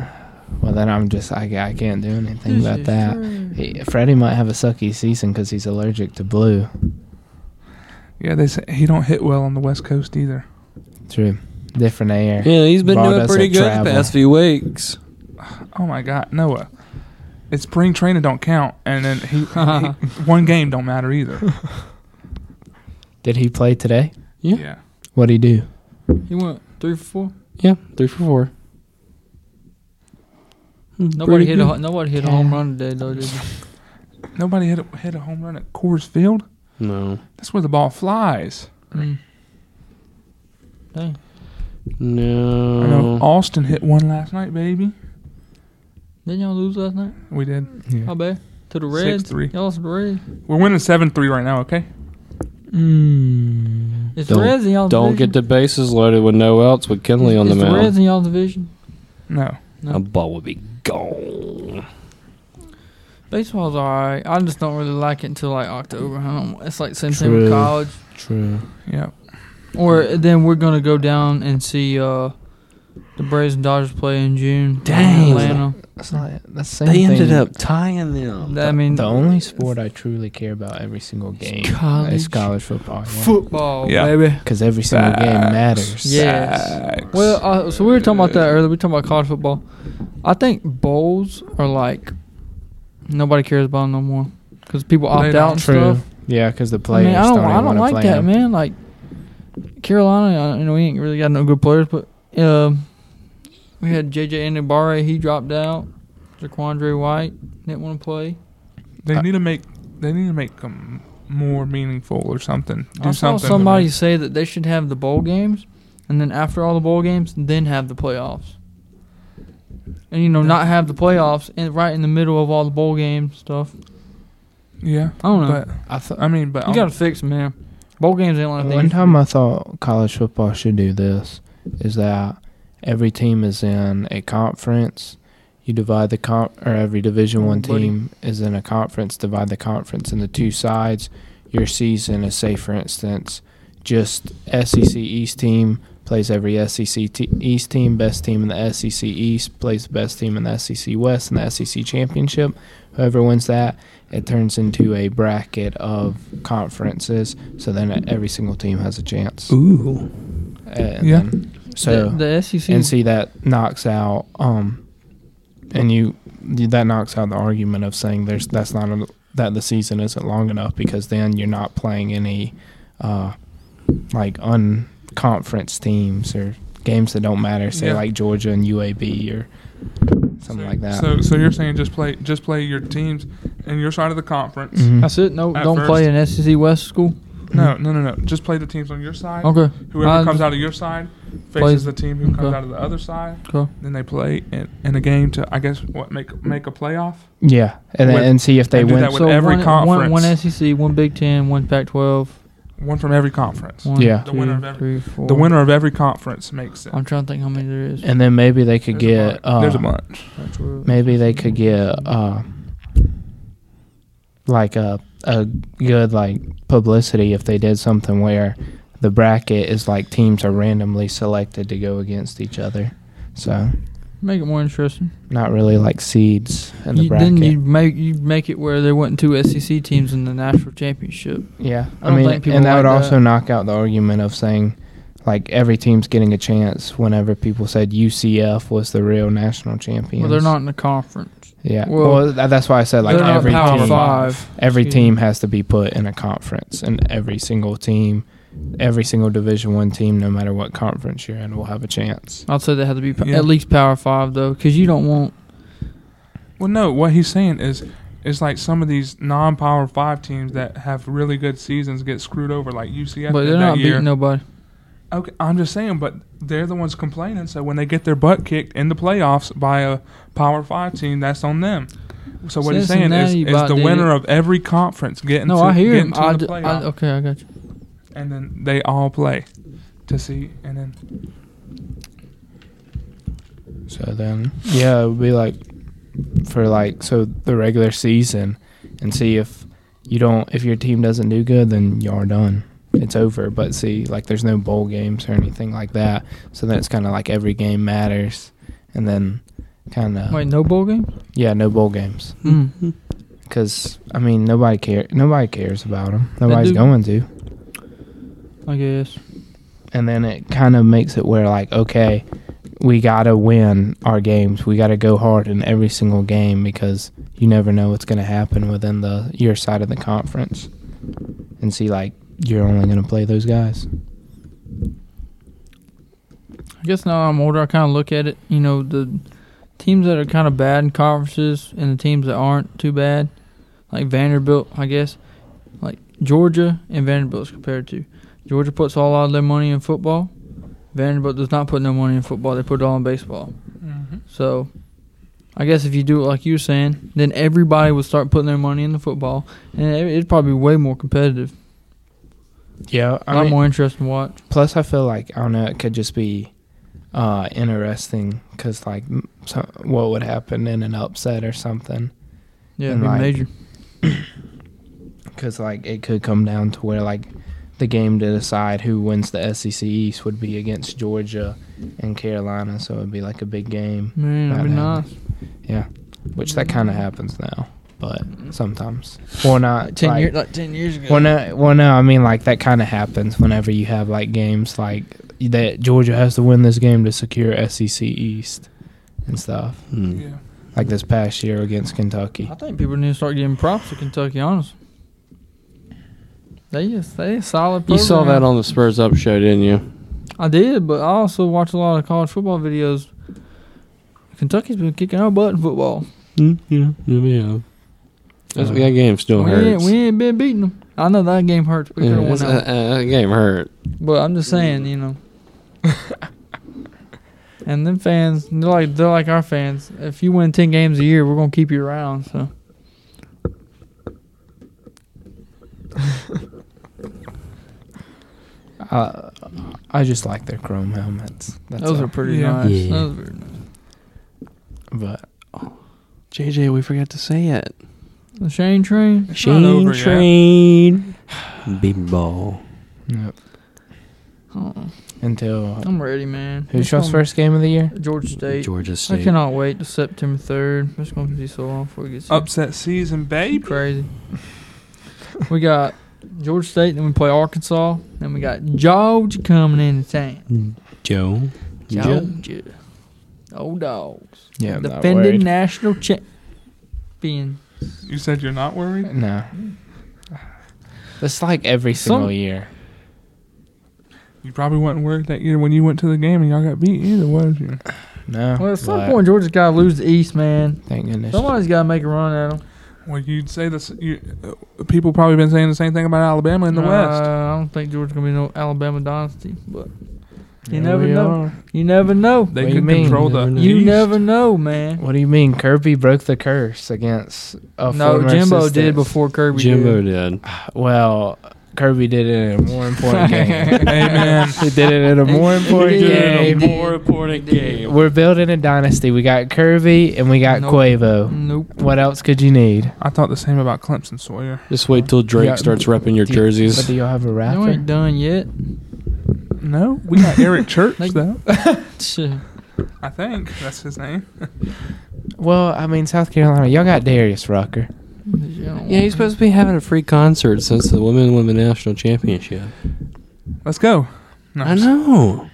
[SPEAKER 2] Well, then I'm just I, I can't do anything about that. He, Freddie might have a sucky season because he's allergic to blue.
[SPEAKER 3] Yeah, they say he don't hit well on the West Coast either.
[SPEAKER 2] True, different air.
[SPEAKER 1] Yeah, he's been
[SPEAKER 2] Ball
[SPEAKER 1] doing
[SPEAKER 2] doesn't
[SPEAKER 1] pretty good the
[SPEAKER 2] travel.
[SPEAKER 1] past few weeks.
[SPEAKER 3] Oh my God, Noah! It's spring training don't count, and then he, he one game don't matter either.
[SPEAKER 2] Did he play today?
[SPEAKER 1] Yeah.
[SPEAKER 2] What'd he do?
[SPEAKER 4] He went three for four.
[SPEAKER 1] Yeah, three for four.
[SPEAKER 4] Nobody
[SPEAKER 1] Pretty
[SPEAKER 4] hit a
[SPEAKER 1] good.
[SPEAKER 4] ho- nobody hit a
[SPEAKER 2] Mm, Yeah.
[SPEAKER 4] home run today though. Did
[SPEAKER 3] Nobody hit a, hit a home run at Coors Field.
[SPEAKER 1] No.
[SPEAKER 3] That's where the ball flies.
[SPEAKER 4] mm.
[SPEAKER 1] No.
[SPEAKER 3] I know
[SPEAKER 4] Mm.
[SPEAKER 3] Austin hit one last night, baby.
[SPEAKER 4] Didn't y'all lose last night?
[SPEAKER 3] We did.
[SPEAKER 1] Hmm.
[SPEAKER 4] How bad? To the Reds.
[SPEAKER 3] 6-3.
[SPEAKER 4] Y'all lost to the Reds.
[SPEAKER 3] We're winning seven three right now. Okay.
[SPEAKER 2] Mm.
[SPEAKER 4] It's
[SPEAKER 1] Don't-
[SPEAKER 4] Reds in y'all
[SPEAKER 1] Don't
[SPEAKER 4] division.
[SPEAKER 1] get the bases loaded with no outs with Kinley on the
[SPEAKER 4] it's the Reds
[SPEAKER 1] mound.
[SPEAKER 4] in y'all division.
[SPEAKER 3] No.
[SPEAKER 1] A ball would be gone.
[SPEAKER 4] Baseball's alright. I just don't really like it until like October. I don't, it's like same thing with
[SPEAKER 2] True.
[SPEAKER 4] college.
[SPEAKER 2] True.
[SPEAKER 3] Yeah.
[SPEAKER 4] Or then we're gonna go down and see uh, the Braves and Dodgers play in June. in
[SPEAKER 1] Dang.
[SPEAKER 4] Atlanta.
[SPEAKER 2] That's not. That's the same
[SPEAKER 1] They ended
[SPEAKER 2] thing.
[SPEAKER 1] up tying them.
[SPEAKER 4] I mean,
[SPEAKER 2] the only sport I truly care about every single game is
[SPEAKER 4] college.
[SPEAKER 2] college football.
[SPEAKER 4] football,
[SPEAKER 3] Yeah.
[SPEAKER 4] baby.
[SPEAKER 2] Because every single game
[SPEAKER 3] Facts.
[SPEAKER 2] matters.
[SPEAKER 4] Yes.
[SPEAKER 3] Facts.
[SPEAKER 4] Well, uh, so we were talking about that earlier. We were talking about college football. I think bowls are like nobody cares about 'em no more because people
[SPEAKER 3] They
[SPEAKER 4] opt
[SPEAKER 3] don't.
[SPEAKER 4] out and
[SPEAKER 2] True.
[SPEAKER 4] stuff.
[SPEAKER 2] Yeah, because the
[SPEAKER 4] I
[SPEAKER 2] players
[SPEAKER 4] mean, I don't,
[SPEAKER 2] don't,
[SPEAKER 4] I
[SPEAKER 2] even
[SPEAKER 4] don't
[SPEAKER 2] want
[SPEAKER 4] like
[SPEAKER 2] to play
[SPEAKER 4] that,
[SPEAKER 2] 'em.
[SPEAKER 4] man. Like Carolina, I you know, we ain't really got no good players, but um, we had JJ Ndebare. He dropped out. Jaquandre White didn't want to play.
[SPEAKER 3] they
[SPEAKER 2] I-
[SPEAKER 3] need to make they need to make them more meaningful or something. Do
[SPEAKER 4] I saw
[SPEAKER 3] something.
[SPEAKER 4] somebody say that they should have the bowl games, and then after all the bowl games, then have the playoffs. And you know, not have the playoffs in, right in the middle of all the bowl game stuff.
[SPEAKER 3] Yeah.
[SPEAKER 4] I don't know.
[SPEAKER 3] But
[SPEAKER 2] I th-
[SPEAKER 3] I mean, but
[SPEAKER 4] you gotta fix, it, man. Bowl games ain't like
[SPEAKER 2] One
[SPEAKER 4] that.
[SPEAKER 2] time I thought college football should do this is that every team is in a conference. You divide the comp or every Division
[SPEAKER 4] Oh,
[SPEAKER 2] One
[SPEAKER 4] buddy.
[SPEAKER 2] team is in a conference. Divide the conference into two sides. Your season is say, for instance, just SEC East team plays every SEC te- East team. Best team in the SEC East plays the best team in the SEC West in the SEC championship. Whoever wins that, it turns into a bracket of conferences. So then every single team has a chance.
[SPEAKER 1] Ooh.
[SPEAKER 2] And
[SPEAKER 3] Yeah.
[SPEAKER 2] then- so
[SPEAKER 4] the, E the SEC.
[SPEAKER 2] and see that knocks out um, and you that knocks out the argument of saying there's that's not a, that the season isn't long enough because then you're not playing any uh, like unconference teams or games that don't matter. Say
[SPEAKER 3] Yeah.
[SPEAKER 2] like Georgia and UAB or something
[SPEAKER 3] so,
[SPEAKER 2] like that.
[SPEAKER 3] So so you're saying just play just play your teams in your side of the conference.
[SPEAKER 2] Mhm.
[SPEAKER 4] That's it. No,
[SPEAKER 3] At
[SPEAKER 4] don't
[SPEAKER 3] first.
[SPEAKER 4] play in SEC West school.
[SPEAKER 3] No, no, no, no. Just play the teams on your side.
[SPEAKER 4] Mm-hmm. Okay. Uh,
[SPEAKER 3] Whoever
[SPEAKER 4] I-
[SPEAKER 3] comes out of your side faces
[SPEAKER 4] Plays-
[SPEAKER 3] the team who comes
[SPEAKER 4] okay.
[SPEAKER 3] out of the other side.
[SPEAKER 4] Okay.
[SPEAKER 3] Then they play in, in a game to I guess what make make a playoff.
[SPEAKER 2] yeah, and then
[SPEAKER 3] With-
[SPEAKER 2] and see if they
[SPEAKER 3] and do
[SPEAKER 2] win.
[SPEAKER 3] that with every
[SPEAKER 4] one,
[SPEAKER 3] conference.
[SPEAKER 4] One, one SEC, one Big Ten, one Pac-12.
[SPEAKER 3] One from every conference.
[SPEAKER 4] One,
[SPEAKER 2] Yeah.
[SPEAKER 3] The winner of
[SPEAKER 4] three,
[SPEAKER 3] every-
[SPEAKER 4] four.
[SPEAKER 3] The winner of every conference makes it.
[SPEAKER 4] I'm trying to think how many there is.
[SPEAKER 2] And then maybe they could
[SPEAKER 3] There's a
[SPEAKER 2] get
[SPEAKER 3] bunch.
[SPEAKER 2] uh,
[SPEAKER 3] There's a bunch.
[SPEAKER 4] Pac-12.
[SPEAKER 2] maybe they could get uh, like a a good like publicity if they did something where the bracket is like teams are randomly selected to go against each other. So
[SPEAKER 4] Make it more interesting.
[SPEAKER 2] not really like seeds in the
[SPEAKER 4] you,
[SPEAKER 2] bracket.
[SPEAKER 4] then you make you make it where there wasn't two SEC teams in the national championship.
[SPEAKER 2] yeah,
[SPEAKER 4] I
[SPEAKER 2] I,
[SPEAKER 4] don't
[SPEAKER 2] mean,
[SPEAKER 4] think people
[SPEAKER 2] and that would
[SPEAKER 4] like
[SPEAKER 2] also
[SPEAKER 4] that.
[SPEAKER 2] knock out the argument of saying like every team's getting a chance. Whenever people said UCF was the real national champions,
[SPEAKER 4] Well, they're not in the conference.
[SPEAKER 2] Yeah.
[SPEAKER 4] Well,
[SPEAKER 2] Well, tha- that's why I said like
[SPEAKER 4] They're not
[SPEAKER 2] every
[SPEAKER 4] power
[SPEAKER 2] team,
[SPEAKER 4] five.
[SPEAKER 2] every
[SPEAKER 4] Excuse
[SPEAKER 2] team has to be put in a conference, and every single team, every single Division One team, no matter what conference you're in, will have a chance.
[SPEAKER 4] I'd say they have to be p
[SPEAKER 3] Yeah.
[SPEAKER 4] at least power five though, because you don't want
[SPEAKER 3] Well, no, what he's saying is, it's like some of these non-power five teams that have really good seasons get screwed over, like UCF
[SPEAKER 4] but
[SPEAKER 3] did
[SPEAKER 4] they're
[SPEAKER 3] that
[SPEAKER 4] not
[SPEAKER 3] year.
[SPEAKER 4] beating nobody.
[SPEAKER 3] Okay, I'm just saying, but they're the ones complaining. So when they get their butt kicked in the playoffs by a Power Five team, that's on them. So what he's saying is,
[SPEAKER 4] Cincinnati
[SPEAKER 3] is
[SPEAKER 4] about
[SPEAKER 3] the
[SPEAKER 4] did
[SPEAKER 3] winner of every conference getting
[SPEAKER 4] No,
[SPEAKER 3] to,
[SPEAKER 4] I hear
[SPEAKER 3] getting
[SPEAKER 4] him.
[SPEAKER 3] to
[SPEAKER 4] I
[SPEAKER 3] the
[SPEAKER 4] d- I-
[SPEAKER 3] playoffs,
[SPEAKER 4] okay, I got you.
[SPEAKER 3] and then they all play to see, and then
[SPEAKER 2] So then, yeah, it would be like for like so the regular season, and see if you don't if your team doesn't do good, then you're done. It's over. But see, like there's no bowl games or anything like that, so then it's kind of like every game matters, and then kind of
[SPEAKER 4] Wait, no bowl game?
[SPEAKER 2] yeah, no bowl games.
[SPEAKER 4] Mm.
[SPEAKER 1] Hmm.
[SPEAKER 2] Because I mean, nobody care. Nobody cares about them. Nobody's
[SPEAKER 4] do.
[SPEAKER 2] going to.
[SPEAKER 4] I guess.
[SPEAKER 2] And then it kind of makes it where like, okay, we gotta win our games. We gotta go hard in every single game because you never know what's gonna happen within the your side of the conference. And see, like, you're only gonna play those guys.
[SPEAKER 4] I guess now I'm older, I kind of look at it. You know, the teams that are kind of bad in conferences and the teams that aren't too bad, like Vanderbilt, I guess, like Georgia and Vanderbilt's compared to. Georgia puts all of their money in football. Vanderbilt does not put no money in football. They put it all in baseball.
[SPEAKER 3] mm-hmm.
[SPEAKER 4] So, I guess if you do it like you were saying, then everybody would start putting their money in the football, and it- it'd probably be way more competitive,
[SPEAKER 2] Yeah,
[SPEAKER 4] a lot more interesting to watch.
[SPEAKER 2] plus i feel like i don't know it could just be uh interesting because like m- so, what would happen in an upset or something
[SPEAKER 4] Yeah, it'd
[SPEAKER 2] And
[SPEAKER 4] be
[SPEAKER 2] like-
[SPEAKER 4] major.
[SPEAKER 2] because like it could come down to where like the game to decide who wins the sec east would be against georgia and carolina so it would be like a big game
[SPEAKER 4] Man, it'd
[SPEAKER 2] Right
[SPEAKER 4] be
[SPEAKER 2] now.
[SPEAKER 4] nice.
[SPEAKER 2] which that kind of happens now but sometimes or not
[SPEAKER 4] Ten
[SPEAKER 2] like-
[SPEAKER 4] years, like ten years ago.
[SPEAKER 2] Well, no, well, no. I mean, like that kind of happens whenever you have like games like that. Georgia has to win this game to secure SEC East and stuff.
[SPEAKER 1] Hmm.
[SPEAKER 3] yeah,
[SPEAKER 2] Like this past year against Kentucky.
[SPEAKER 4] I think people need to start giving props to Kentucky, honestly. They just they a solid.
[SPEAKER 1] You saw
[SPEAKER 4] program.
[SPEAKER 1] that on the Spurs Up show, didn't you?
[SPEAKER 4] I did, but I also watch a lot of college football videos. Kentucky's been kicking our butt in football.
[SPEAKER 1] Mm, yeah, yeah, yeah. That's,
[SPEAKER 2] Uh,
[SPEAKER 1] that game still
[SPEAKER 4] we ain't,
[SPEAKER 1] hurts.
[SPEAKER 4] we ain't been beating them. I know that game hurts. We
[SPEAKER 1] Yeah,
[SPEAKER 4] could have won
[SPEAKER 1] that's-
[SPEAKER 4] that. one.
[SPEAKER 1] uh, uh, that game hurt.
[SPEAKER 4] But I'm just saying, you know. and them fans, they're like they're like our fans. If you win ten games a year, we're gonna keep you around. So
[SPEAKER 2] Uh, I just like their chrome helmets. That's
[SPEAKER 4] those
[SPEAKER 2] all.
[SPEAKER 4] are pretty
[SPEAKER 3] Yeah.
[SPEAKER 4] nice.
[SPEAKER 1] Yeah.
[SPEAKER 4] Those are very nice.
[SPEAKER 2] But
[SPEAKER 1] JJ, we forgot to say it.
[SPEAKER 4] The Shane Train.
[SPEAKER 3] it's not over yet.
[SPEAKER 1] Train. Beam ball.
[SPEAKER 2] yep.
[SPEAKER 4] Oh,
[SPEAKER 2] until
[SPEAKER 4] I'm ready, man.
[SPEAKER 2] who's
[SPEAKER 4] It's
[SPEAKER 2] y'all's
[SPEAKER 4] gonna-
[SPEAKER 2] first game of the year?
[SPEAKER 4] Georgia State.
[SPEAKER 1] Georgia
[SPEAKER 4] I
[SPEAKER 1] State.
[SPEAKER 4] cannot wait to September third. It's gonna be so long before we get here.
[SPEAKER 3] upset season, babe.
[SPEAKER 4] crazy. we got Georgia State, then we play Arkansas, then we got Georgia coming in to town.
[SPEAKER 1] Joe.
[SPEAKER 4] Georgia. Old dogs.
[SPEAKER 2] Yeah, I'm not
[SPEAKER 4] Defending
[SPEAKER 2] worried.
[SPEAKER 4] national champion.
[SPEAKER 3] You said you're not worried.
[SPEAKER 2] No. That's like every single
[SPEAKER 4] Some-
[SPEAKER 2] year.
[SPEAKER 3] You probably wasn't worried that year when you went to the game and y'all got beat either, was you?
[SPEAKER 2] No.
[SPEAKER 4] Well, at some
[SPEAKER 2] but
[SPEAKER 4] point, Georgia's got to lose the East, man.
[SPEAKER 2] Thank goodness.
[SPEAKER 4] Somebody's got to make a run at them.
[SPEAKER 3] Well, you'd say this. You, uh, people probably been saying the same thing about Alabama in the West.
[SPEAKER 4] Uh, I don't think Georgia's going to be no Alabama dynasty, but you
[SPEAKER 2] Here
[SPEAKER 4] never
[SPEAKER 2] we
[SPEAKER 4] know.
[SPEAKER 2] are.
[SPEAKER 4] you never know.
[SPEAKER 3] They
[SPEAKER 2] What do
[SPEAKER 3] could
[SPEAKER 2] you mean?
[SPEAKER 1] You
[SPEAKER 3] control the.
[SPEAKER 1] never know.
[SPEAKER 4] You
[SPEAKER 3] East.
[SPEAKER 4] never know, man.
[SPEAKER 2] What do you mean? Kirby broke the curse against a
[SPEAKER 4] no,
[SPEAKER 2] former
[SPEAKER 4] Jimbo did
[SPEAKER 2] assistant.
[SPEAKER 4] before Kirby
[SPEAKER 1] Jimbo
[SPEAKER 4] did.
[SPEAKER 1] did.
[SPEAKER 2] Well, Kirby did it in a more important game.
[SPEAKER 3] Amen.
[SPEAKER 2] He did it in a more important
[SPEAKER 4] He did.
[SPEAKER 2] game.
[SPEAKER 4] He more
[SPEAKER 1] important
[SPEAKER 4] game.
[SPEAKER 2] We're building a dynasty. We got Kirby and we got
[SPEAKER 4] Nope.
[SPEAKER 2] Quavo.
[SPEAKER 4] Nope.
[SPEAKER 2] What else could you need?
[SPEAKER 3] I thought the same about Clemson Sawyer.
[SPEAKER 1] Just wait till Drake
[SPEAKER 2] Yeah.
[SPEAKER 1] starts repping your
[SPEAKER 2] Do you- But
[SPEAKER 1] jerseys.
[SPEAKER 2] do y'all have a
[SPEAKER 4] You
[SPEAKER 2] rapper?
[SPEAKER 4] ain't done yet.
[SPEAKER 3] No, we got Eric Church
[SPEAKER 4] Like-
[SPEAKER 3] though.
[SPEAKER 4] Tch.
[SPEAKER 3] I think that's his name.
[SPEAKER 2] Well, I mean, South Carolina, y'all got Darius Rucker.
[SPEAKER 1] Yeah, he's supposed to be having a free concert since the Women Women National Championship.
[SPEAKER 3] Let's go. No,
[SPEAKER 1] I know.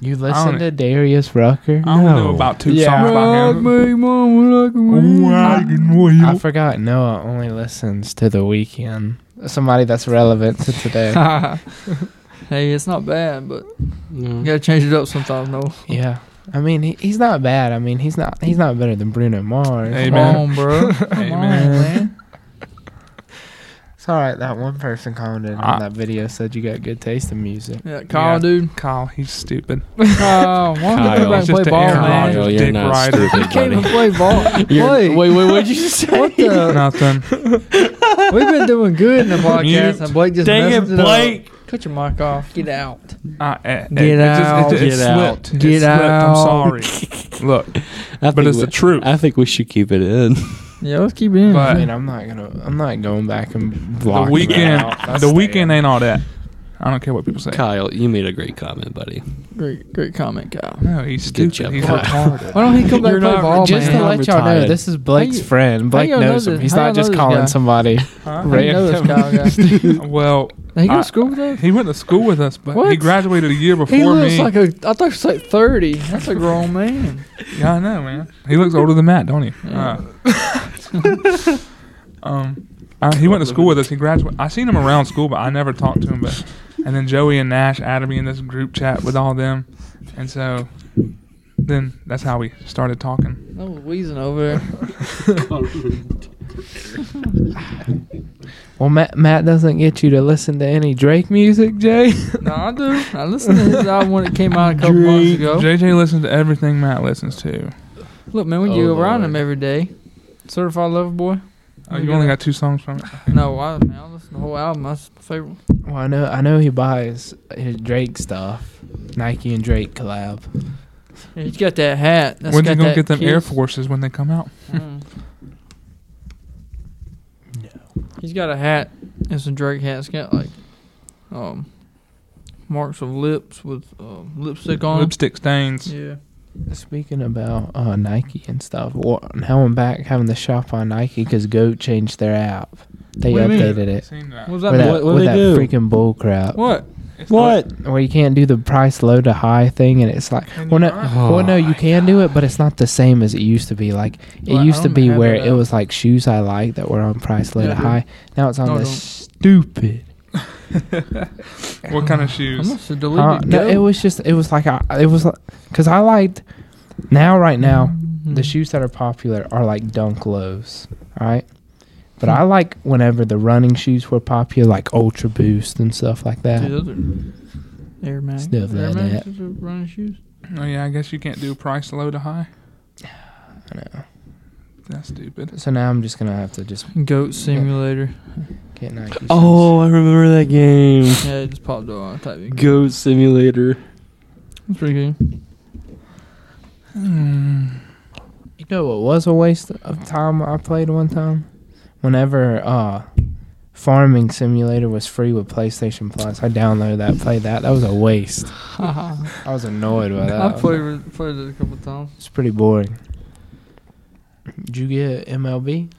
[SPEAKER 2] You
[SPEAKER 3] listen
[SPEAKER 2] listen to Darius Rucker?
[SPEAKER 3] I don't know about two
[SPEAKER 2] Yeah.
[SPEAKER 3] songs by him. Wagon
[SPEAKER 2] I
[SPEAKER 3] wheel.
[SPEAKER 2] forgot Noah only listens to The Weekend. Somebody that's relevant to today.
[SPEAKER 4] hey, it's not bad, but you
[SPEAKER 1] No.
[SPEAKER 4] gotta change it up sometimes, no.
[SPEAKER 2] yeah. I mean, he, he's not bad. I mean, he's not he's not better than Bruno Mars. Um,
[SPEAKER 3] Hey,
[SPEAKER 4] Come
[SPEAKER 3] Amen.
[SPEAKER 4] on, bro. Come
[SPEAKER 3] Amen.
[SPEAKER 4] on, man.
[SPEAKER 2] It's all right. That one person commented
[SPEAKER 3] Ah.
[SPEAKER 2] on that video said you got good taste in music.
[SPEAKER 4] Yeah, Kyle,
[SPEAKER 3] Yeah.
[SPEAKER 4] dude.
[SPEAKER 3] Kyle, he's stupid.
[SPEAKER 4] Kyle, why don't you
[SPEAKER 1] Kyle.
[SPEAKER 4] go back and
[SPEAKER 1] It's
[SPEAKER 4] play
[SPEAKER 3] just
[SPEAKER 4] ball,
[SPEAKER 3] an
[SPEAKER 4] man?
[SPEAKER 3] Aaron
[SPEAKER 1] Kyle,
[SPEAKER 3] Dick
[SPEAKER 1] you're not
[SPEAKER 3] rider.
[SPEAKER 4] I
[SPEAKER 1] stupid,
[SPEAKER 4] can't even
[SPEAKER 1] buddy.
[SPEAKER 4] play ball.
[SPEAKER 1] You're-
[SPEAKER 4] Play.
[SPEAKER 1] wait, wait, what'd you say?
[SPEAKER 4] What the?
[SPEAKER 3] Nothing.
[SPEAKER 4] We've been doing good in the podcast,
[SPEAKER 3] Mute.
[SPEAKER 4] and Blake just
[SPEAKER 1] Dang it,
[SPEAKER 4] messes up.
[SPEAKER 1] Blake.
[SPEAKER 4] Cut your mic off. Get out.
[SPEAKER 3] I, I,
[SPEAKER 4] Get
[SPEAKER 3] it
[SPEAKER 4] out,
[SPEAKER 3] Just, it, it,
[SPEAKER 1] get
[SPEAKER 3] slipped.
[SPEAKER 4] out,
[SPEAKER 3] It
[SPEAKER 4] get
[SPEAKER 3] slipped.
[SPEAKER 4] out.
[SPEAKER 3] I'm sorry. Look,
[SPEAKER 1] I
[SPEAKER 3] but
[SPEAKER 1] think
[SPEAKER 3] it's
[SPEAKER 1] we,
[SPEAKER 3] the truth.
[SPEAKER 1] I think we should keep it in.
[SPEAKER 4] Yeah, let's keep it in.
[SPEAKER 3] But-
[SPEAKER 2] I mean, I'm not gonna. I'm not going back and
[SPEAKER 3] The
[SPEAKER 2] blocking that
[SPEAKER 3] weekend,
[SPEAKER 2] out. That's
[SPEAKER 3] the weekend
[SPEAKER 2] bad.
[SPEAKER 3] ain't all that. I don't care what people say.
[SPEAKER 1] Kyle, you made a great comment, buddy.
[SPEAKER 4] great, great comment, Kyle.
[SPEAKER 3] No, he's
[SPEAKER 1] Good
[SPEAKER 3] stupid.
[SPEAKER 1] job,
[SPEAKER 3] he's
[SPEAKER 1] Kyle.
[SPEAKER 3] worked hard.
[SPEAKER 4] Why don't he come back
[SPEAKER 1] You're
[SPEAKER 4] and play
[SPEAKER 1] not-
[SPEAKER 3] Oh
[SPEAKER 4] ball,
[SPEAKER 2] Just
[SPEAKER 4] man?
[SPEAKER 2] to
[SPEAKER 1] I'm
[SPEAKER 2] let y'all know,
[SPEAKER 1] retired.
[SPEAKER 2] this is Blake's
[SPEAKER 4] How you-
[SPEAKER 2] friend. Blake
[SPEAKER 4] y'all know
[SPEAKER 2] knows him.
[SPEAKER 4] this?
[SPEAKER 2] He's
[SPEAKER 4] How y'all
[SPEAKER 2] not just
[SPEAKER 4] know this
[SPEAKER 2] calling
[SPEAKER 4] guy?
[SPEAKER 2] somebody.
[SPEAKER 4] How you know this Kyle guy? Did
[SPEAKER 3] Well,
[SPEAKER 4] he go
[SPEAKER 3] I-
[SPEAKER 4] to school with us?
[SPEAKER 3] he went to school with us, but he
[SPEAKER 4] What?
[SPEAKER 3] graduated a year before
[SPEAKER 4] He looks
[SPEAKER 3] me.
[SPEAKER 4] like a. I thought he was like thirty. That's a grown man.
[SPEAKER 3] yeah, I know, man. He looks older than Matt, don't he?
[SPEAKER 4] Yeah.
[SPEAKER 3] Uh, um, uh, he went to school with us. He graduated. I seen him around school, but I never talked to him. But and then Joey and Nash added me in this group chat with all them, and so then that's how we started talking.
[SPEAKER 4] I was wheezing over there.
[SPEAKER 2] Well, Matt, Matt doesn't get you to listen to any Drake music, Jay.
[SPEAKER 4] No, I do. I listened to his album when it came out a couple months ago.
[SPEAKER 3] JJ listens to everything Matt listens to.
[SPEAKER 4] Look, man, we
[SPEAKER 2] Oh,
[SPEAKER 4] do around
[SPEAKER 2] Lord.
[SPEAKER 4] him every day. Certified Lover Boy.
[SPEAKER 3] Oh, you only got two songs from it.
[SPEAKER 4] No, I, man, I listened to the whole album. That's my favorite. one.
[SPEAKER 2] Well, I know, I know he buys his Drake stuff, Nike and Drake collab.
[SPEAKER 4] Yeah, He's got that hat. That's
[SPEAKER 3] When's
[SPEAKER 4] got
[SPEAKER 3] he gonna
[SPEAKER 4] that
[SPEAKER 3] get them
[SPEAKER 4] kiss.
[SPEAKER 3] Air Forces when they come out?
[SPEAKER 4] Mm. He's got a hat. It's a Drake hat. It's got like um marks of lips with um, lipstick on. it.
[SPEAKER 3] Lipstick stains.
[SPEAKER 4] Yeah.
[SPEAKER 2] Speaking about uh, Nike and stuff, wha- now I'm back having the shop on Nike because Goat changed their app. They
[SPEAKER 4] What do you mean?
[SPEAKER 2] updated it.
[SPEAKER 3] Seen that.
[SPEAKER 4] What's that?
[SPEAKER 2] With
[SPEAKER 4] mean?
[SPEAKER 2] that,
[SPEAKER 1] What- what
[SPEAKER 2] with
[SPEAKER 1] they
[SPEAKER 2] that
[SPEAKER 1] do?
[SPEAKER 2] freaking bull crap.
[SPEAKER 4] What?
[SPEAKER 3] It's
[SPEAKER 1] What?
[SPEAKER 2] Where you can't do the price low to high thing, and it's like,
[SPEAKER 3] Can
[SPEAKER 2] well,
[SPEAKER 3] you
[SPEAKER 2] no,
[SPEAKER 3] not?
[SPEAKER 4] Oh
[SPEAKER 2] well, Oh, no, you can do it, but it's not the same as it used to be. Like it
[SPEAKER 4] Well, I
[SPEAKER 2] used to
[SPEAKER 4] don't
[SPEAKER 2] be
[SPEAKER 4] have
[SPEAKER 2] where
[SPEAKER 4] that
[SPEAKER 2] it
[SPEAKER 4] app.
[SPEAKER 2] was like shoes I like that were on price low
[SPEAKER 4] Yeah, I
[SPEAKER 2] to
[SPEAKER 4] do.
[SPEAKER 2] high. Now it's on
[SPEAKER 4] No, I
[SPEAKER 2] the
[SPEAKER 4] don't.
[SPEAKER 2] stupid.
[SPEAKER 3] What kind of
[SPEAKER 4] I
[SPEAKER 3] shoes?
[SPEAKER 4] must have deleted
[SPEAKER 2] Huh? No, it was just it was like I it was because I liked now right now
[SPEAKER 4] Mm-hmm. Hmm.
[SPEAKER 2] the shoes that are popular are like dunk lows, all right? But
[SPEAKER 4] Hmm.
[SPEAKER 2] I like whenever the running shoes were popular, like Ultra Boost and stuff like that.
[SPEAKER 4] Dude, those are Air Max.
[SPEAKER 2] Stuff
[SPEAKER 4] Air
[SPEAKER 2] like
[SPEAKER 4] Max
[SPEAKER 2] that.
[SPEAKER 4] is a running shoes.
[SPEAKER 3] Oh yeah, I guess you can't do price low to high.
[SPEAKER 2] I know.
[SPEAKER 3] That's stupid.
[SPEAKER 2] So now I'm just gonna have to just
[SPEAKER 4] Goat Simulator.
[SPEAKER 2] get Nike. shoes.
[SPEAKER 1] Oh, I remember that game.
[SPEAKER 4] yeah, it just popped up on the type. of-
[SPEAKER 1] Goat Simulator.
[SPEAKER 4] It's pretty good.
[SPEAKER 2] you know what was a waste of time I played one time? Whenever uh, Farming Simulator was free with PlayStation Plus, I downloaded that, played that. That was a waste. I was annoyed by that.
[SPEAKER 4] I played with, played it a couple times.
[SPEAKER 2] It's pretty boring. Did you get MLB?